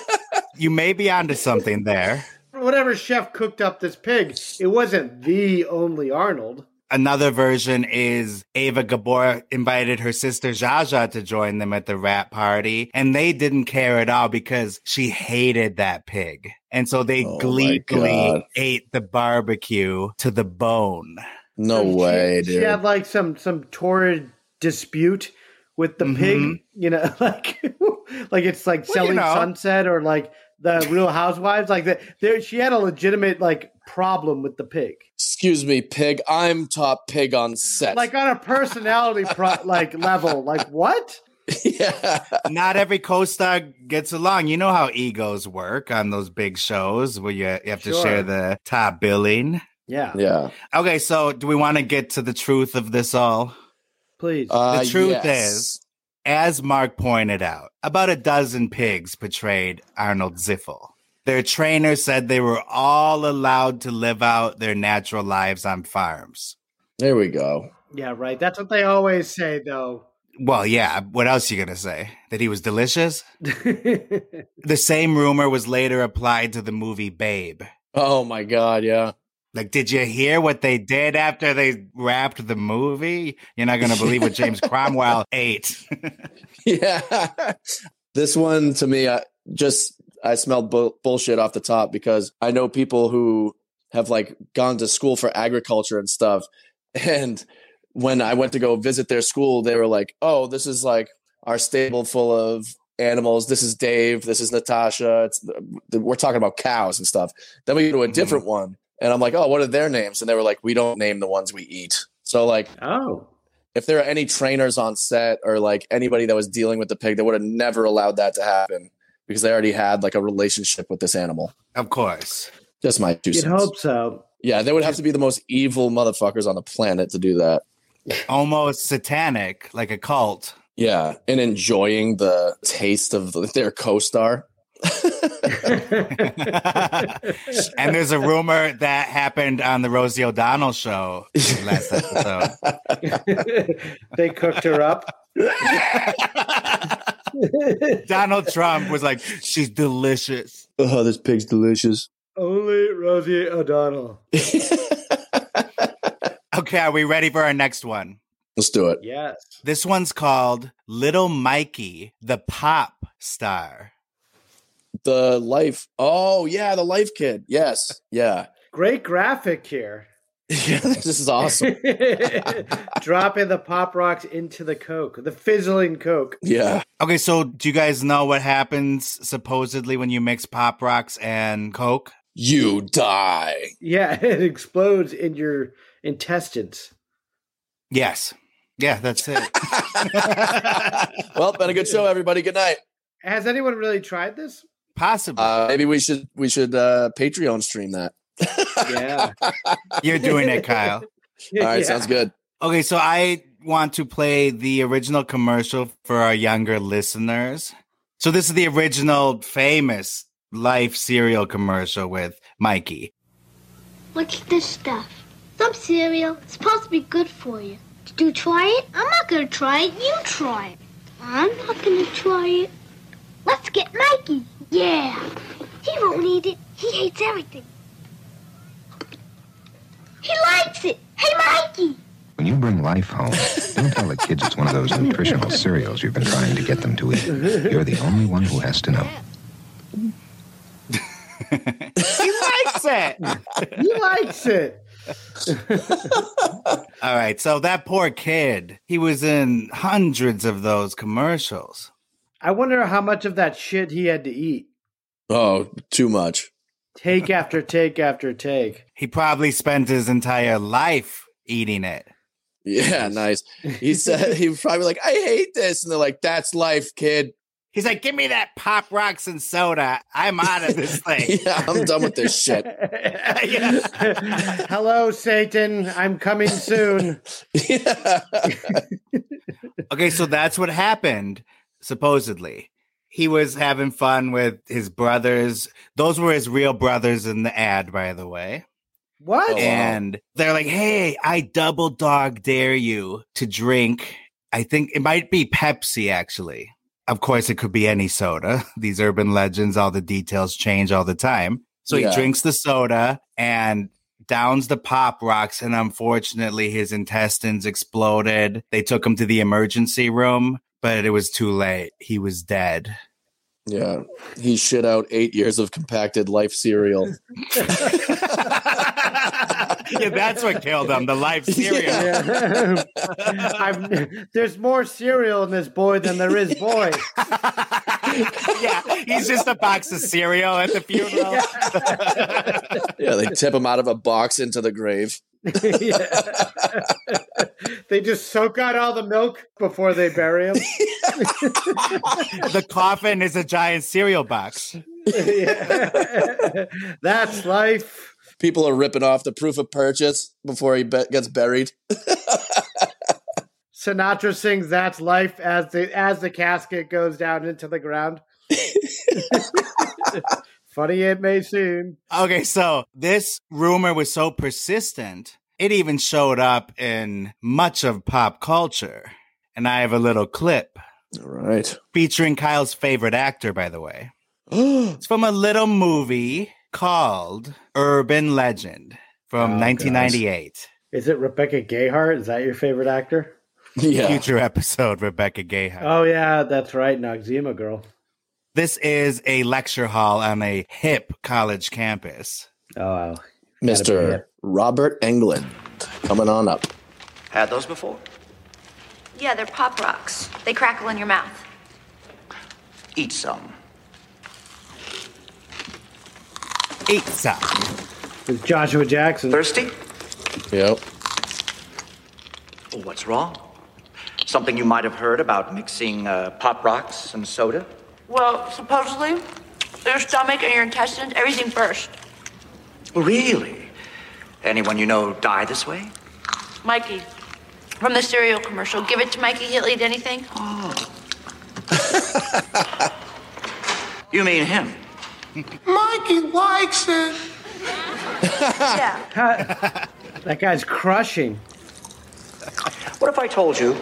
Speaker 1: You may be onto something there.
Speaker 14: Whatever chef cooked up this pig, it wasn't the only Arnold.
Speaker 1: Another version is Ava Gabor invited her sister Jaja to join them at the rap party, and they didn't care at all because she hated that pig. And so they
Speaker 13: Oh my God.
Speaker 1: gleefully ate the barbecue to the bone.
Speaker 13: No
Speaker 14: She-
Speaker 13: way,
Speaker 14: she,
Speaker 13: dude.
Speaker 14: had like some some torrid dispute with the pig, you know, like like it's like
Speaker 1: Well,
Speaker 14: selling
Speaker 1: you know.
Speaker 14: sunset or like the Real Housewives, like that. There, she had a legitimate like problem with the pig,
Speaker 13: Excuse me, pig. I'm top pig on set.
Speaker 14: like on a personality pro- like level. Like what?
Speaker 13: yeah.
Speaker 1: Not every co star gets along. You know how egos work on those big shows where you, you have to
Speaker 14: Sure.
Speaker 1: share the top billing.
Speaker 14: Yeah,
Speaker 13: Yeah.
Speaker 1: Okay, so do we want to get to the truth of this all?
Speaker 14: please.
Speaker 13: Uh,
Speaker 1: truth
Speaker 13: yes.
Speaker 1: is- As Mark pointed out, about a dozen pigs portrayed Arnold Ziffel. Their trainer said they were all allowed to live out their natural lives on farms.
Speaker 13: There we go.
Speaker 14: yeah, right. That's what they always say, though.
Speaker 1: Well, yeah. What else you going to say? That he was delicious? the same rumor was later applied to the movie Babe.
Speaker 13: Oh, my God. Yeah.
Speaker 1: Like, did you hear what they did after they wrapped the movie? You're not going to believe what James Cromwell ate.
Speaker 13: yeah. This one to me, I just, I smelled bu- bullshit off the top because I know people who have like gone to school for agriculture and stuff. And when I went to go visit their school, they were like, oh, this is like our stable full of animals. This is Dave. This is Natasha. It's, we're talking about cows and stuff. Then we go to a different mm-hmm. one. And I'm like, oh, what are their names? And they were like, we don't name the ones we eat. So, like,
Speaker 14: oh,
Speaker 13: if there are any trainers on set or like anybody that was dealing with the pig, they would have never allowed that to happen because they already had like a relationship with this animal.
Speaker 1: Of course.
Speaker 13: Just my two
Speaker 14: You'd
Speaker 13: cents.
Speaker 14: hope so.
Speaker 13: Yeah, they would have to be the most evil motherfuckers on the planet to do that.
Speaker 1: Almost satanic, like a cult.
Speaker 13: Yeah, and enjoying the taste of their co star.
Speaker 1: and there's a rumor that happened on the Rosie O'Donnell show last episode.
Speaker 14: they cooked her up.
Speaker 1: Donald Trump was like, "She's delicious."
Speaker 13: Oh, this pig's delicious.
Speaker 14: Only Rosie O'Donnell.
Speaker 1: okay, are we ready for our next one?
Speaker 13: Let's do it.
Speaker 14: Yes.
Speaker 1: This one's called Little Mikey, the pop star
Speaker 13: the life. Oh yeah, the life kid. Yes, yeah.
Speaker 14: Great graphic here.
Speaker 13: yeah, this is awesome.
Speaker 14: Dropping the pop rocks into the coke, the fizzling coke.
Speaker 13: Yeah.
Speaker 1: Okay, so do you guys know what happens supposedly when you mix pop rocks and coke?
Speaker 13: You die.
Speaker 14: Yeah, it explodes in your intestines.
Speaker 1: Yes. Yeah, that's it.
Speaker 13: well, been a good show, everybody. Good night.
Speaker 14: Has anyone really tried this?
Speaker 1: Possibly.
Speaker 13: Uh, maybe we should we should uh, Patreon stream that.
Speaker 14: yeah,
Speaker 1: you're doing it, Kyle.
Speaker 13: All right, yeah. sounds good.
Speaker 1: Okay, so I want to play the original commercial for our younger listeners. So this is the original famous Life cereal commercial with Mikey.
Speaker 16: Look at this stuff. Some cereal. It's supposed to be good for you. Did you try it? I'm not gonna try it. You try it. I'm not gonna try it. Let's get Mikey. Yeah. He won't need it. He hates everything. He likes it. Hey, Mikey.
Speaker 12: When you bring life home, don't tell the kids it's one of those nutritional cereals you've been trying to get them to eat. You're the only one who has to know.
Speaker 1: he likes it.
Speaker 14: He likes it.
Speaker 1: All right, so that poor kid, he was in hundreds of those commercials.
Speaker 14: I wonder how much of that shit he had to eat.
Speaker 13: Oh, too much.
Speaker 14: Take after take after take.
Speaker 1: He probably spent his entire life eating it.
Speaker 13: Yeah, nice. He said he was probably like, I hate this. And they're like, That's life, kid.
Speaker 1: He's like, Give me that pop rocks and soda. I'm out of this thing.
Speaker 13: yeah, I'm done with this shit.
Speaker 14: Hello, Satan. I'm coming soon.
Speaker 13: Yeah.
Speaker 1: okay, so that's what happened supposedly. He was having fun with his brothers. Those were his real brothers in the ad, by the way.
Speaker 14: What?
Speaker 1: Oh, and wow. they're like, hey, I double dog dare you to drink. I think it might be Pepsi, actually. Of course, it could be any soda. These urban legends, all the details change all the time. So yeah. he drinks the soda and downs the pop rocks. And unfortunately, his intestines exploded. They took him to the emergency room but it was too late. He was dead.
Speaker 13: Yeah. He shit out eight years of compacted life cereal.
Speaker 1: yeah, that's what killed him the life cereal. Yeah.
Speaker 14: there's more cereal in this boy than there is boy.
Speaker 1: yeah, he's just a box of cereal at the funeral.
Speaker 13: yeah, they tip him out of a box into the grave.
Speaker 14: they just soak out all the milk before they bury him.
Speaker 1: the coffin is a giant cereal box.
Speaker 14: Yeah. That's life.
Speaker 13: People are ripping off the proof of purchase before he be- gets buried.
Speaker 14: Sinatra sings "That's Life" as the as the casket goes down into the ground. Funny it may seem.
Speaker 1: Okay, so this rumor was so persistent, it even showed up in much of pop culture. and I have a little clip.
Speaker 9: All right.
Speaker 1: Featuring Kyle's favorite actor, by the way. it's from a little movie called Urban Legend from
Speaker 14: Oh,
Speaker 1: 1998.
Speaker 14: Is it Rebecca Gayheart? Is that your favorite actor?
Speaker 1: Future episode, Rebecca Gayheart.
Speaker 14: Oh yeah, that's right, Noxzema girl.
Speaker 1: This is a lecture hall on a hip college campus.
Speaker 14: Oh,
Speaker 9: Mr. Robert Englund coming on up.
Speaker 17: Had those before?
Speaker 18: Yeah, they're pop rocks. They crackle in your mouth.
Speaker 17: Eat some.
Speaker 1: Eat some.
Speaker 14: With Joshua Jackson.
Speaker 17: Thirsty?
Speaker 9: Yep.
Speaker 17: Oh, What's wrong? Something you might have heard about mixing uh, pop rocks and soda?
Speaker 18: Well, supposedly, your stomach and your intestines, everything burst.
Speaker 17: Really? Anyone you know die this way?
Speaker 18: Mikey, from the cereal commercial, give it to Mikey, he'll eat anything.
Speaker 17: You mean him?
Speaker 18: Mikey likes it. yeah.
Speaker 14: That guy's crushing.
Speaker 17: What if I told you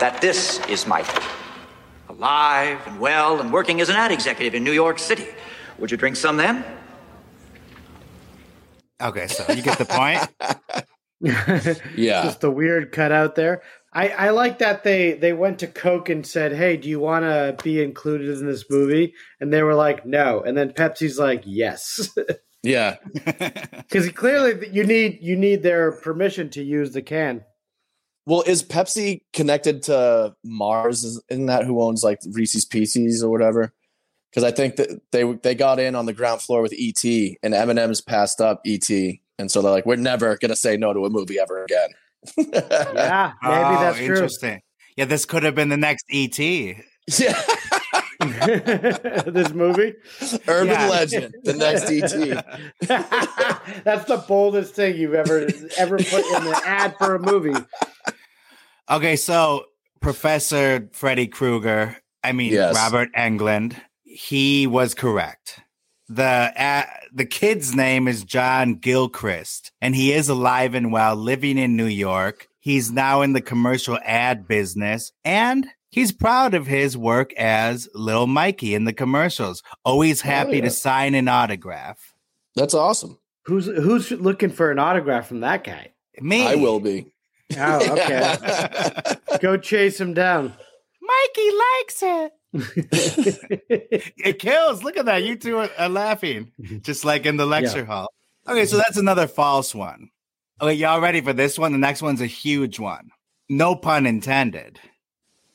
Speaker 17: that this is Mike? Alive and well and working as an ad executive in New York City. Would you drink some then?
Speaker 1: Okay, so you get the point.
Speaker 9: Yeah.
Speaker 14: Just the weird cutout there. I, I like that they, they went to Coke and said, Hey, do you want to be included in this movie? And they were like, No. And then Pepsi's like, Yes.
Speaker 9: Yeah.
Speaker 14: Because clearly you need you need their permission to use the can.
Speaker 9: Well, is Pepsi connected to Mars? Is- Isn't that who owns like Reese's Pieces or whatever? Because I think that they they got in on the ground floor with ET, and M&M's passed up ET, and so they're like, we're never gonna say no to a movie ever again.
Speaker 14: Yeah, Ah, maybe
Speaker 1: Oh,
Speaker 14: that's true.
Speaker 1: Interesting. Yeah, this could have been the next E ET.
Speaker 9: Yeah.
Speaker 14: this movie,
Speaker 9: Urban
Speaker 1: Yeah.
Speaker 9: Legend, the next E ET.
Speaker 14: That's the boldest thing you've ever ever put in an ad for a movie.
Speaker 1: Okay, so Professor Freddy Krueger, I mean
Speaker 9: Yes.
Speaker 1: Robert Englund, he was correct. The uh, the kid's name is John Gilchrist, and he is alive and well, living in New York. He's now in the commercial ad business, and he's proud of his work as Lil Mikey in the commercials. Always happy
Speaker 9: Oh, yeah.
Speaker 1: to sign an autograph.
Speaker 9: That's awesome.
Speaker 14: Who's who's looking for an autograph from that guy?
Speaker 1: Me,
Speaker 9: I will be.
Speaker 14: Oh, okay. Go chase him down.
Speaker 1: Mikey likes it. it kills. Look at that. You two are, are laughing, just like in the lecture hall. Okay, so that's another false one. Okay, y'all ready for this one? The next one's a huge one. No pun intended.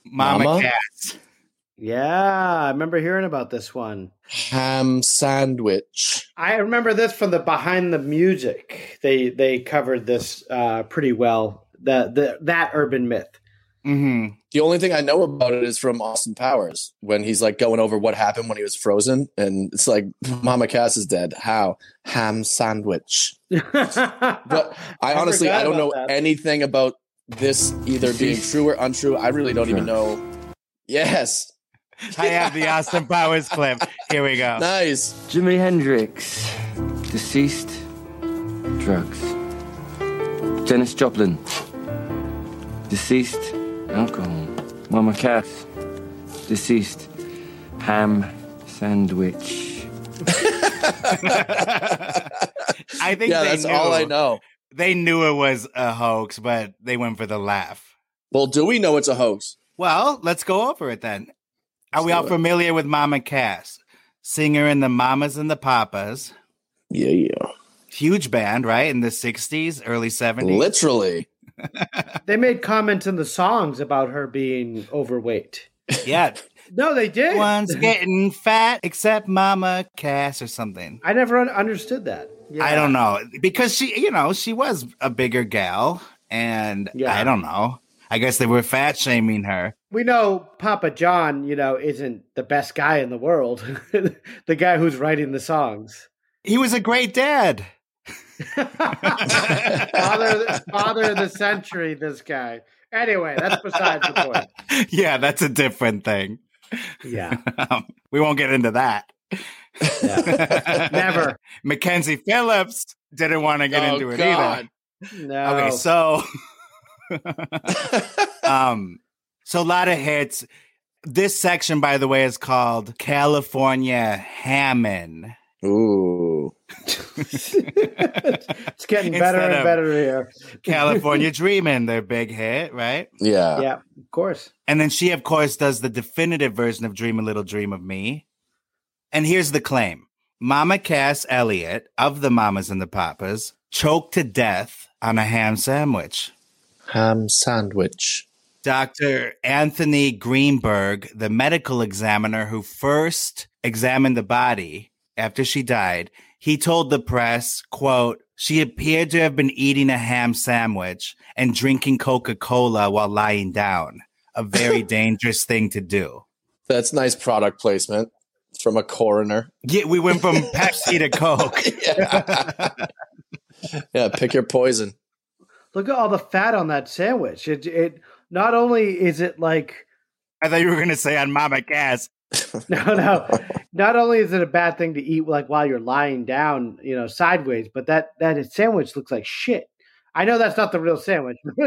Speaker 1: Mama,
Speaker 9: Mama?
Speaker 1: cats.
Speaker 14: Yeah, I remember hearing about this one.
Speaker 9: Ham sandwich.
Speaker 14: I remember this from the behind the music. They they covered this uh, pretty well. The, the that urban myth.
Speaker 1: Mm-hmm.
Speaker 9: The only thing I know about it is from Austin Powers when he's like going over what happened when he was frozen, and it's like Mama Cass is dead. How ham sandwich? But I,
Speaker 14: I
Speaker 9: honestly
Speaker 14: forgot
Speaker 9: I don't
Speaker 14: about
Speaker 9: know
Speaker 14: that.
Speaker 9: anything about this either being true or untrue. I really don't even know. Yes,
Speaker 1: I have the Austin Powers clip. Here we go.
Speaker 9: nice.
Speaker 13: Jimi Hendrix, deceased, drugs. Janis Joplin, deceased, alcohol. Mama Cass, deceased, ham sandwich.
Speaker 1: I think
Speaker 9: yeah,
Speaker 1: they
Speaker 9: that's
Speaker 1: knew,
Speaker 9: all I know.
Speaker 1: They knew it was a hoax, but they went for the laugh.
Speaker 9: Well, do we know it's a hoax?
Speaker 1: Well, let's go over it then. Are we
Speaker 9: do
Speaker 1: all
Speaker 9: it.
Speaker 1: familiar with Mama Cass? Singer in the Mamas and the Papas.
Speaker 9: Yeah, yeah.
Speaker 1: Huge band, right? In the 60s, early 70s.
Speaker 9: Literally.
Speaker 14: They made comments in the songs about her being overweight.
Speaker 1: Yeah.
Speaker 14: No, they did.
Speaker 1: One's getting fat except Mama Cass or something.
Speaker 14: I never un- understood that. Yeah.
Speaker 1: I don't know. Because she, you know, she was a bigger gal. And
Speaker 14: Yeah.
Speaker 1: I don't know. I guess they were fat shaming her.
Speaker 14: We know Papa John, you know, isn't the best guy in the world. the guy who's writing the songs.
Speaker 1: He was a great dad.
Speaker 14: Father, father of the century, this guy. Anyway, that's besides the point.
Speaker 1: yeah, that's a different thing.
Speaker 14: Yeah.
Speaker 1: we won't get into that.
Speaker 14: Never.
Speaker 1: Mackenzie Phillips didn't want to get
Speaker 9: Oh,
Speaker 1: into it
Speaker 9: God.
Speaker 1: either.
Speaker 14: No.
Speaker 1: Okay, so um, so a lot of hits. This section, by the way, is called California Hammond.
Speaker 9: Ooh.
Speaker 14: it's getting better
Speaker 1: Instead
Speaker 14: and
Speaker 1: of
Speaker 14: better here.
Speaker 1: California Dreamin', their big hit, right?
Speaker 9: Yeah.
Speaker 14: Yeah, of course.
Speaker 1: And then she, of course, does the definitive version of Dream a Little Dream of Me. And here's the claim Mama Cass Elliott of the Mamas and the Papas choked to death on a ham sandwich.
Speaker 9: Ham sandwich.
Speaker 1: Dr. Anthony Greenberg, the medical examiner who first examined the body after she died, he told the press, quote, she appeared to have been eating a ham sandwich and drinking Coca-Cola while lying down. A very dangerous thing to do.
Speaker 9: That's nice product placement from a coroner.
Speaker 1: Yeah, we went from Pepsi to Coke.
Speaker 9: Yeah, pick your poison.
Speaker 14: Look at all the fat on that sandwich. It it not only is it like
Speaker 1: I thought you were going to say on Mama Cass.
Speaker 14: no no, not only is it a bad thing to eat like while you're lying down, you know, sideways, but that that sandwich looks like shit. I know that's not the real sandwich.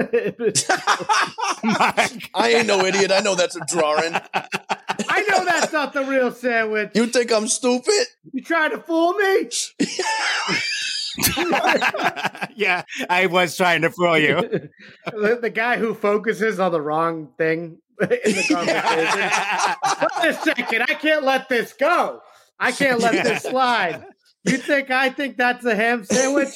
Speaker 9: I ain't no idiot. I know that's a drawing.
Speaker 14: I know that's not the real sandwich.
Speaker 9: You think I'm stupid?
Speaker 14: You trying to fool me?
Speaker 1: yeah, I was trying to fool you.
Speaker 14: the, the guy who focuses on the wrong thing in the conversation. Wait a second, I can't let this go. I can't let this slide. You think I think that's a ham sandwich?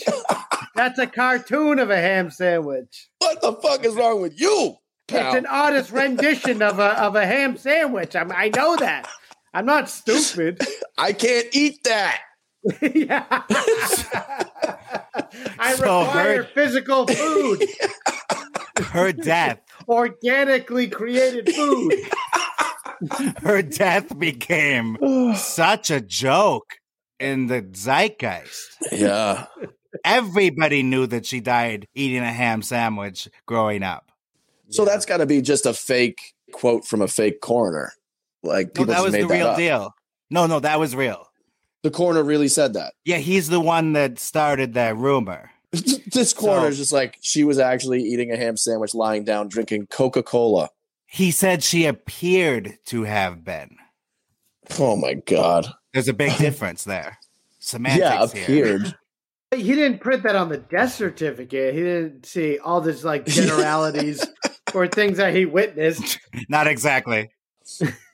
Speaker 14: That's a cartoon of a ham sandwich.
Speaker 9: What the fuck is wrong with you?
Speaker 14: It's an
Speaker 9: Pal?
Speaker 14: artist rendition of a of a ham sandwich. I'm, I know that. I'm not stupid.
Speaker 9: I can't eat that.
Speaker 14: yeah. I
Speaker 1: So
Speaker 14: require
Speaker 1: her-
Speaker 14: physical food,
Speaker 1: Her death,
Speaker 14: organically created food.
Speaker 1: her death became such a joke in the zeitgeist.
Speaker 9: Yeah.
Speaker 1: Everybody knew that she died eating a ham sandwich growing up.
Speaker 9: So that's got to be just a fake quote from a fake coroner. Like
Speaker 1: No,
Speaker 9: people
Speaker 1: that
Speaker 9: just
Speaker 1: was
Speaker 9: made
Speaker 1: the real
Speaker 9: up.
Speaker 1: deal. No, no, that was real.
Speaker 9: The coroner really said that.
Speaker 1: Yeah, he's the one that started that rumor.
Speaker 9: This coroner is just like she was actually eating a ham sandwich, lying down, drinking Coca Cola.
Speaker 1: He said she appeared to have been.
Speaker 9: Oh my god!
Speaker 1: There's a big difference there. Semantics
Speaker 9: yeah,
Speaker 1: here.
Speaker 9: appeared.
Speaker 14: But he didn't print that on the death certificate. He didn't see all this like generalities or things that he witnessed.
Speaker 1: Not exactly.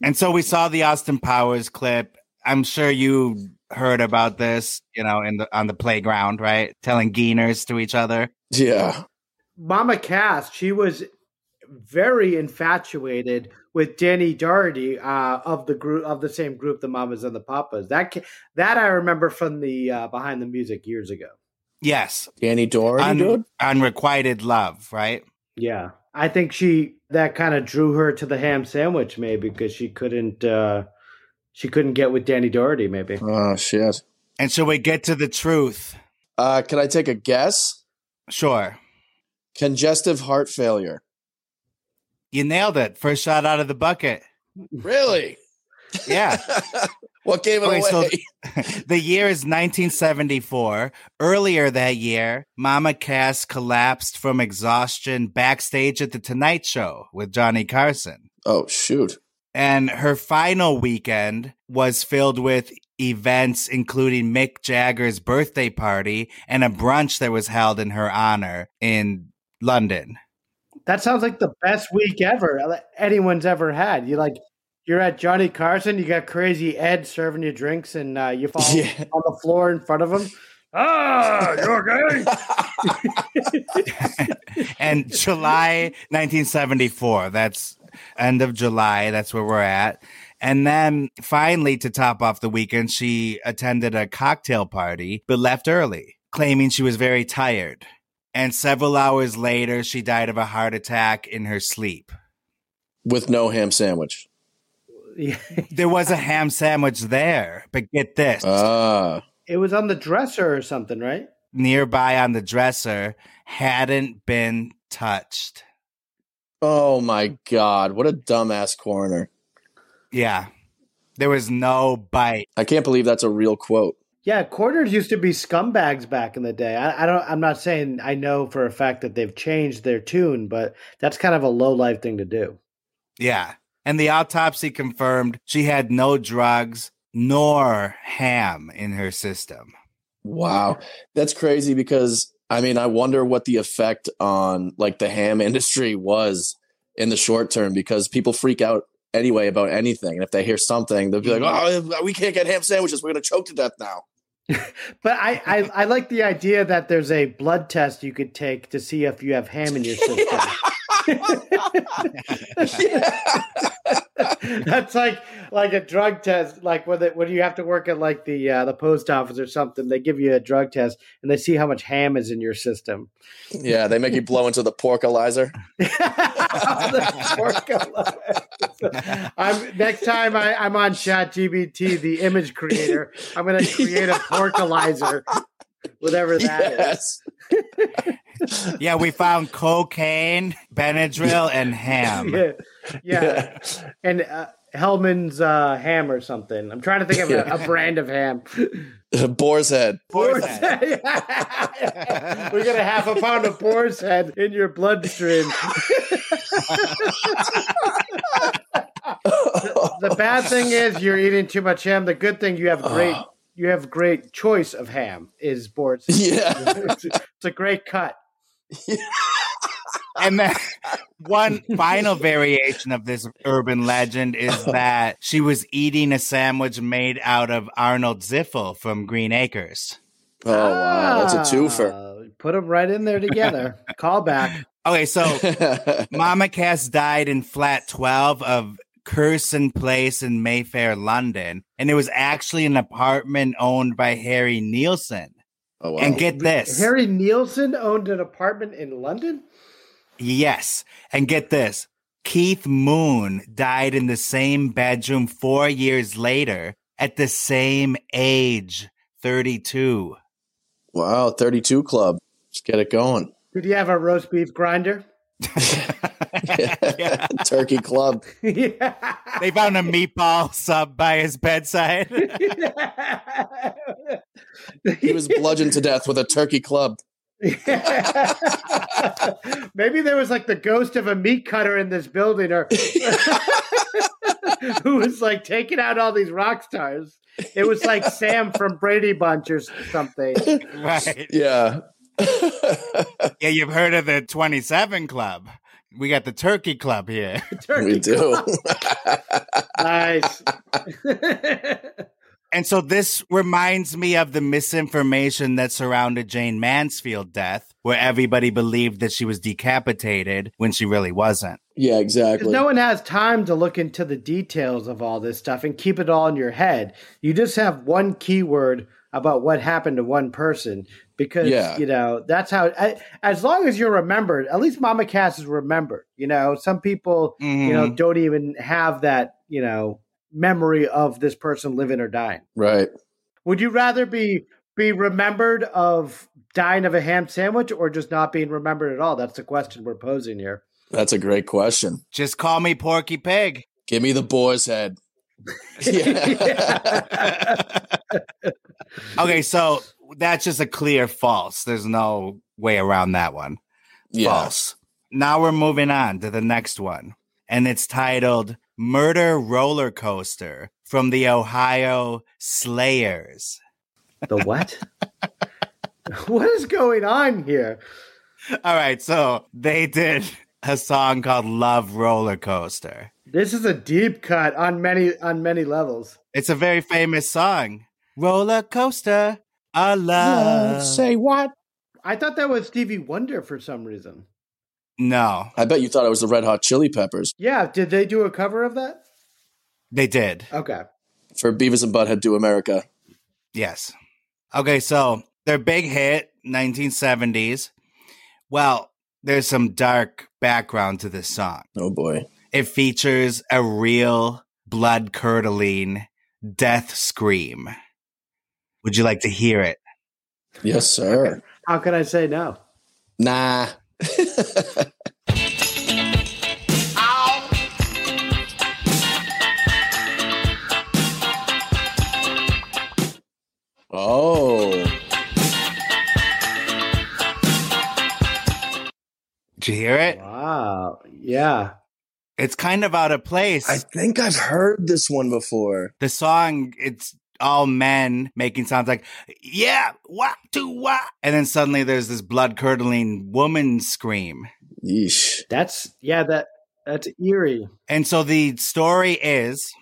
Speaker 1: and so we saw the Austin Powers clip. I'm sure you heard about this, you know, in the on the playground, right? Telling geeners to each other.
Speaker 9: yeah,
Speaker 14: Mama Cass, she was very infatuated with Danny Doherty uh, of the group of the same group, the Mamas and the Papas. That ca- that I remember from the uh, behind the music years ago.
Speaker 1: Yes.
Speaker 9: Danny Doherty, dude.
Speaker 1: Un- unrequited love, right?
Speaker 14: Yeah, I think she that kind of drew her to the ham sandwich, maybe because she couldn't uh, she couldn't get with Danny Doherty, maybe.
Speaker 9: Oh shit!
Speaker 1: And so we get to the truth.
Speaker 9: Uh, can I take a guess?
Speaker 1: Sure.
Speaker 9: Congestive heart failure.
Speaker 1: You nailed it. First shot out of the bucket.
Speaker 9: Really?
Speaker 1: Yeah.
Speaker 9: What gave it
Speaker 1: Okay,
Speaker 9: away?
Speaker 1: so- the year is 1974. Earlier that year, Mama Cass collapsed from exhaustion backstage at The Tonight Show with Johnny Carson.
Speaker 9: oh shoot!
Speaker 1: And her final weekend was filled with events, including Mick Jagger's birthday party and a brunch that was held in her honor in London.
Speaker 14: That sounds like the best week ever uh, that anyone's ever had. You like, you're at Johnny Carson. You got Crazy Ed serving you drinks, and uh, you fall
Speaker 1: Oh.
Speaker 9: Yeah.
Speaker 14: on the floor in front of him. Ah, you're gay.
Speaker 1: and July 1974. That's end of July. That's where we're at. And then finally, to top off the weekend, she attended a cocktail party but left early, claiming she was very tired. And several hours later, she died of a heart attack in her sleep.
Speaker 9: With no ham sandwich.
Speaker 14: Yeah.
Speaker 1: There was a ham sandwich there, but get this
Speaker 9: Ah,
Speaker 14: it was on the dresser or something, right?
Speaker 1: nearby on the dresser hadn't been touched.
Speaker 9: oh my god! What a dumbass coroner.
Speaker 1: Yeah. There was no bite.
Speaker 9: I can't believe that's a real quote.
Speaker 14: Yeah, quarters used to be scumbags back in the day. I, I don't. I'm not saying I know for a fact that they've changed their tune, but that's kind of a low life thing to do.
Speaker 1: Yeah. And the autopsy confirmed she had no drugs nor ham in her system.
Speaker 13: Wow. That's crazy because I mean, I wonder what the effect on like the ham industry was in the short term because people freak out anyway about anything. And if they hear something, they'll be like,
Speaker 1: Mm-hmm.
Speaker 13: oh, we can't get ham sandwiches. We're going to choke to death now.
Speaker 14: but I, I, I like the idea that there's a blood test you could take to see if you have ham in your system. That's like like a drug test, like when, they, when you have to work at like the uh, the post office or something. They give you a drug test and they see how much ham is in your system.
Speaker 13: Yeah, they make you blow into the porkalyzer.
Speaker 14: I'm, next time I, I'm on ChatGBT, the image creator, I'm going to create a porkalyzer, whatever that yes.
Speaker 1: is. yeah, we found cocaine, Benadryl, and ham.
Speaker 14: Yeah, yeah. yeah. and uh, Hellman's uh, ham or something. I'm trying to think of a, a brand of ham.
Speaker 13: Boar's head.
Speaker 14: Boar's head. We're gonna have a pound of boar's head in your bloodstream. the, the bad thing is you're eating too much ham. The good thing you have great you have great choice of ham is boar's. Head.
Speaker 13: Yeah,
Speaker 14: it's, it's a great cut. Yeah.
Speaker 1: And then one final variation of this urban legend is that she was eating a sandwich made out of Arnold Ziffel from Green Acres.
Speaker 13: Oh wow,
Speaker 14: Ah.
Speaker 13: that's a twofer.
Speaker 14: Uh, Put them right in there together. Callback.
Speaker 1: Okay, so Mama Cass died in flat 12 of Curson Place in Mayfair, London, and it was actually an apartment owned by Harry Nielsen. Oh, wow. And get this.
Speaker 14: Harry Nielsen owned an apartment in London?
Speaker 1: Yes. And get this Keith Moon died in the same bedroom four years later at the same age, 32.
Speaker 13: Wow, 32 Club. Let's get it going.
Speaker 14: Did you have a roast beef grinder?
Speaker 13: yeah. Turkey Club.
Speaker 1: Yeah. They found a meatball sub by his bedside.
Speaker 13: he was bludgeoned to death with a turkey club.
Speaker 14: Maybe there was like the ghost of a meat cutter in this building, or who was like taking out all these rock stars. It was like Sam from Brady Bunch or something,
Speaker 1: right?
Speaker 13: Yeah,
Speaker 1: yeah. You've heard of the Twenty Seven Club? We got the Turkey Club here.
Speaker 14: Turkey
Speaker 13: we do.
Speaker 14: nice.
Speaker 1: And so this reminds me of the misinformation that surrounded Jane Mansfield death, where everybody believed that she was decapitated when she really wasn't.
Speaker 13: Yeah, exactly.
Speaker 14: No one has time to look into the details of all this stuff and keep it all in your head. You just have one keyword about what happened to one person because yeah. you know that's how I, as long as you're remembered at least mama cass is remembered you know some people mm-hmm. you know don't even have that you know memory of this person living or dying.
Speaker 13: Right.
Speaker 14: Would you rather be be remembered of dying of a ham sandwich or just not being remembered at all? That's the question we're posing here.
Speaker 13: That's a great question.
Speaker 1: Just call me Porky Pig.
Speaker 13: Give me the boar's head.
Speaker 1: okay, so that's just a clear false. There's no way around that one.
Speaker 13: Yeah.
Speaker 1: False. Now we're moving on to the next one, and it's titled murder roller coaster from the Ohio Slayers.
Speaker 14: The what? what is going on here?
Speaker 1: All right, so they did a song called Love Roller Coaster.
Speaker 14: This is a deep cut on many on many levels.
Speaker 1: It's a very famous song. Roller coaster, I love. love
Speaker 14: say what? I thought that was Stevie Wonder for some reason.
Speaker 1: No.
Speaker 13: I bet you thought it was the Red Hot Chili Peppers.
Speaker 14: Yeah. Did they do a cover of that?
Speaker 1: They did.
Speaker 14: Okay.
Speaker 13: For Beavis and Butthead Do America.
Speaker 1: Yes. Okay. So their big hit, 1970s. Well, there's some dark background to this song.
Speaker 13: Oh, boy.
Speaker 1: It features a real blood curdling death scream. Would you like to hear it?
Speaker 13: Yes, sir. Okay.
Speaker 14: How can I say no?
Speaker 13: Nah. Oh.
Speaker 1: Did you hear it?
Speaker 14: Wow. Yeah.
Speaker 1: It's kind of out of place.
Speaker 13: I think I've heard this one before.
Speaker 1: The song, it's all men making sounds like, yeah, what to what? And then suddenly there's this blood curdling woman scream.
Speaker 13: Yeesh.
Speaker 14: That's, yeah, that that's eerie.
Speaker 1: And so the story is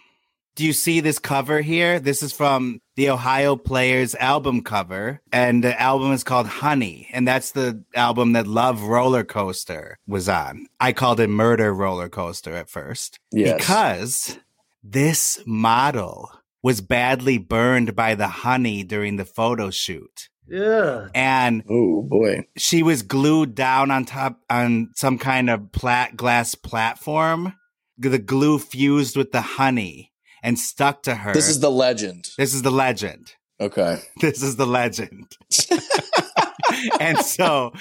Speaker 1: do you see this cover here? This is from the Ohio Players album cover, and the album is called Honey, and that's the album that Love Roller Coaster was on. I called it Murder Roller Coaster at first
Speaker 13: yes.
Speaker 1: because this model was badly burned by the honey during the photo shoot.
Speaker 14: Yeah.
Speaker 1: And
Speaker 13: oh boy,
Speaker 1: she was glued down on top on some kind of plat glass platform. The glue fused with the honey and stuck to her.
Speaker 13: This is the legend.
Speaker 1: This is the legend.
Speaker 13: Okay.
Speaker 1: This is the legend. and so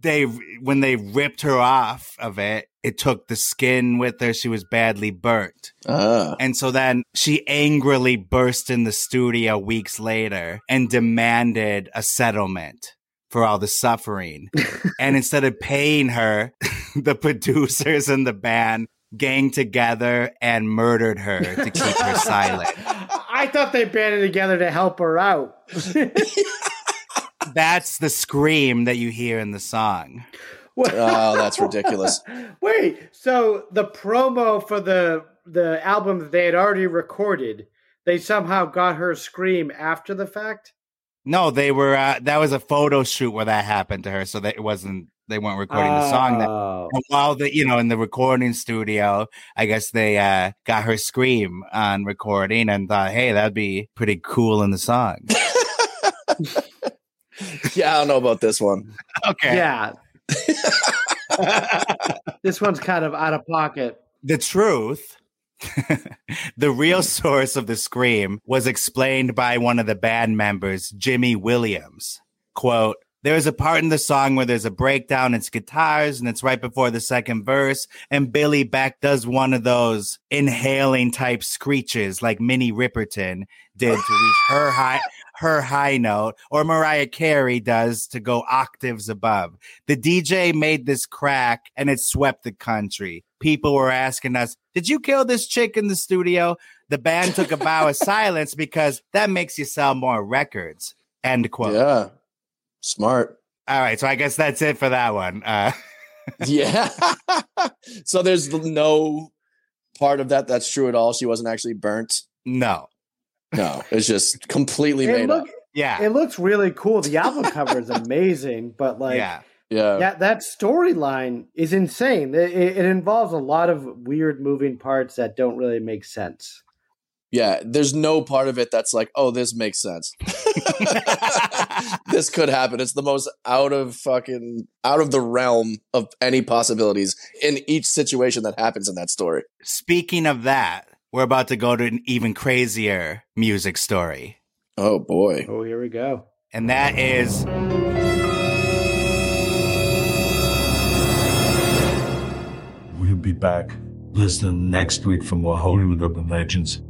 Speaker 1: they when they ripped her off of it, it took the skin with her. She was badly burnt.
Speaker 13: Uh.
Speaker 1: And so then she angrily burst in the studio weeks later and demanded a settlement for all the suffering. and instead of paying her, the producers and the band gang together and murdered her to keep her silent.
Speaker 14: I thought they banded together to help her out.
Speaker 1: that's the scream that you hear in the song. Uh.
Speaker 13: oh, that's ridiculous.
Speaker 14: Wait, so the promo for the the album that they had already recorded, they somehow got her scream after the fact?
Speaker 1: No, they were uh, that was a photo shoot where that happened to her, so that it wasn't they weren't recording the song that
Speaker 14: Oh.
Speaker 1: and while the you know in the recording studio i guess they uh got her scream on recording and thought hey that'd be pretty cool in the song
Speaker 13: Yeah, I don't know about this one.
Speaker 1: okay
Speaker 14: Yeah. this one's kind of out of pocket.
Speaker 1: the truth the real source of the scream was explained by one of the band members, Jimmy Williams. Quote, there is a part in the song where there's a breakdown, it's guitars, and it's right before the second verse. And Billy Beck does one of those inhaling type screeches like Minnie Riperton did to reach her high her high note, or Mariah Carey does to go octaves above. The DJ made this crack and it swept the country. People were asking us, Did you kill this chick in the studio? The band took a vow of silence because that makes you sell more records. End quote.
Speaker 13: Yeah. Smart.
Speaker 1: All right. So I guess that's it for that one. Uh,
Speaker 13: Yeah. so there's no part of that that's true at all. She wasn't actually burnt.
Speaker 1: no.
Speaker 13: No, it's just completely
Speaker 14: It,
Speaker 13: made
Speaker 14: look,
Speaker 13: up.
Speaker 1: Yeah.
Speaker 14: it looks really cool. The album cover is amazing, but like
Speaker 1: yeah.
Speaker 13: Yeah.
Speaker 14: that that storyline is insane. It, it, it involves a lot of weird moving parts that don't really make sense.
Speaker 13: Yeah, there's no part of it that's like, oh, this makes sense. this could happen. It's the most out of fucking out of the realm of any possibilities in each situation that happens in that story.
Speaker 1: Speaking of that, we're about to go to an even crazier music story.
Speaker 13: Oh boy.
Speaker 14: Oh, here we go.
Speaker 1: and that is
Speaker 19: We'll be back less than next week for more Hollywood Urban Legends.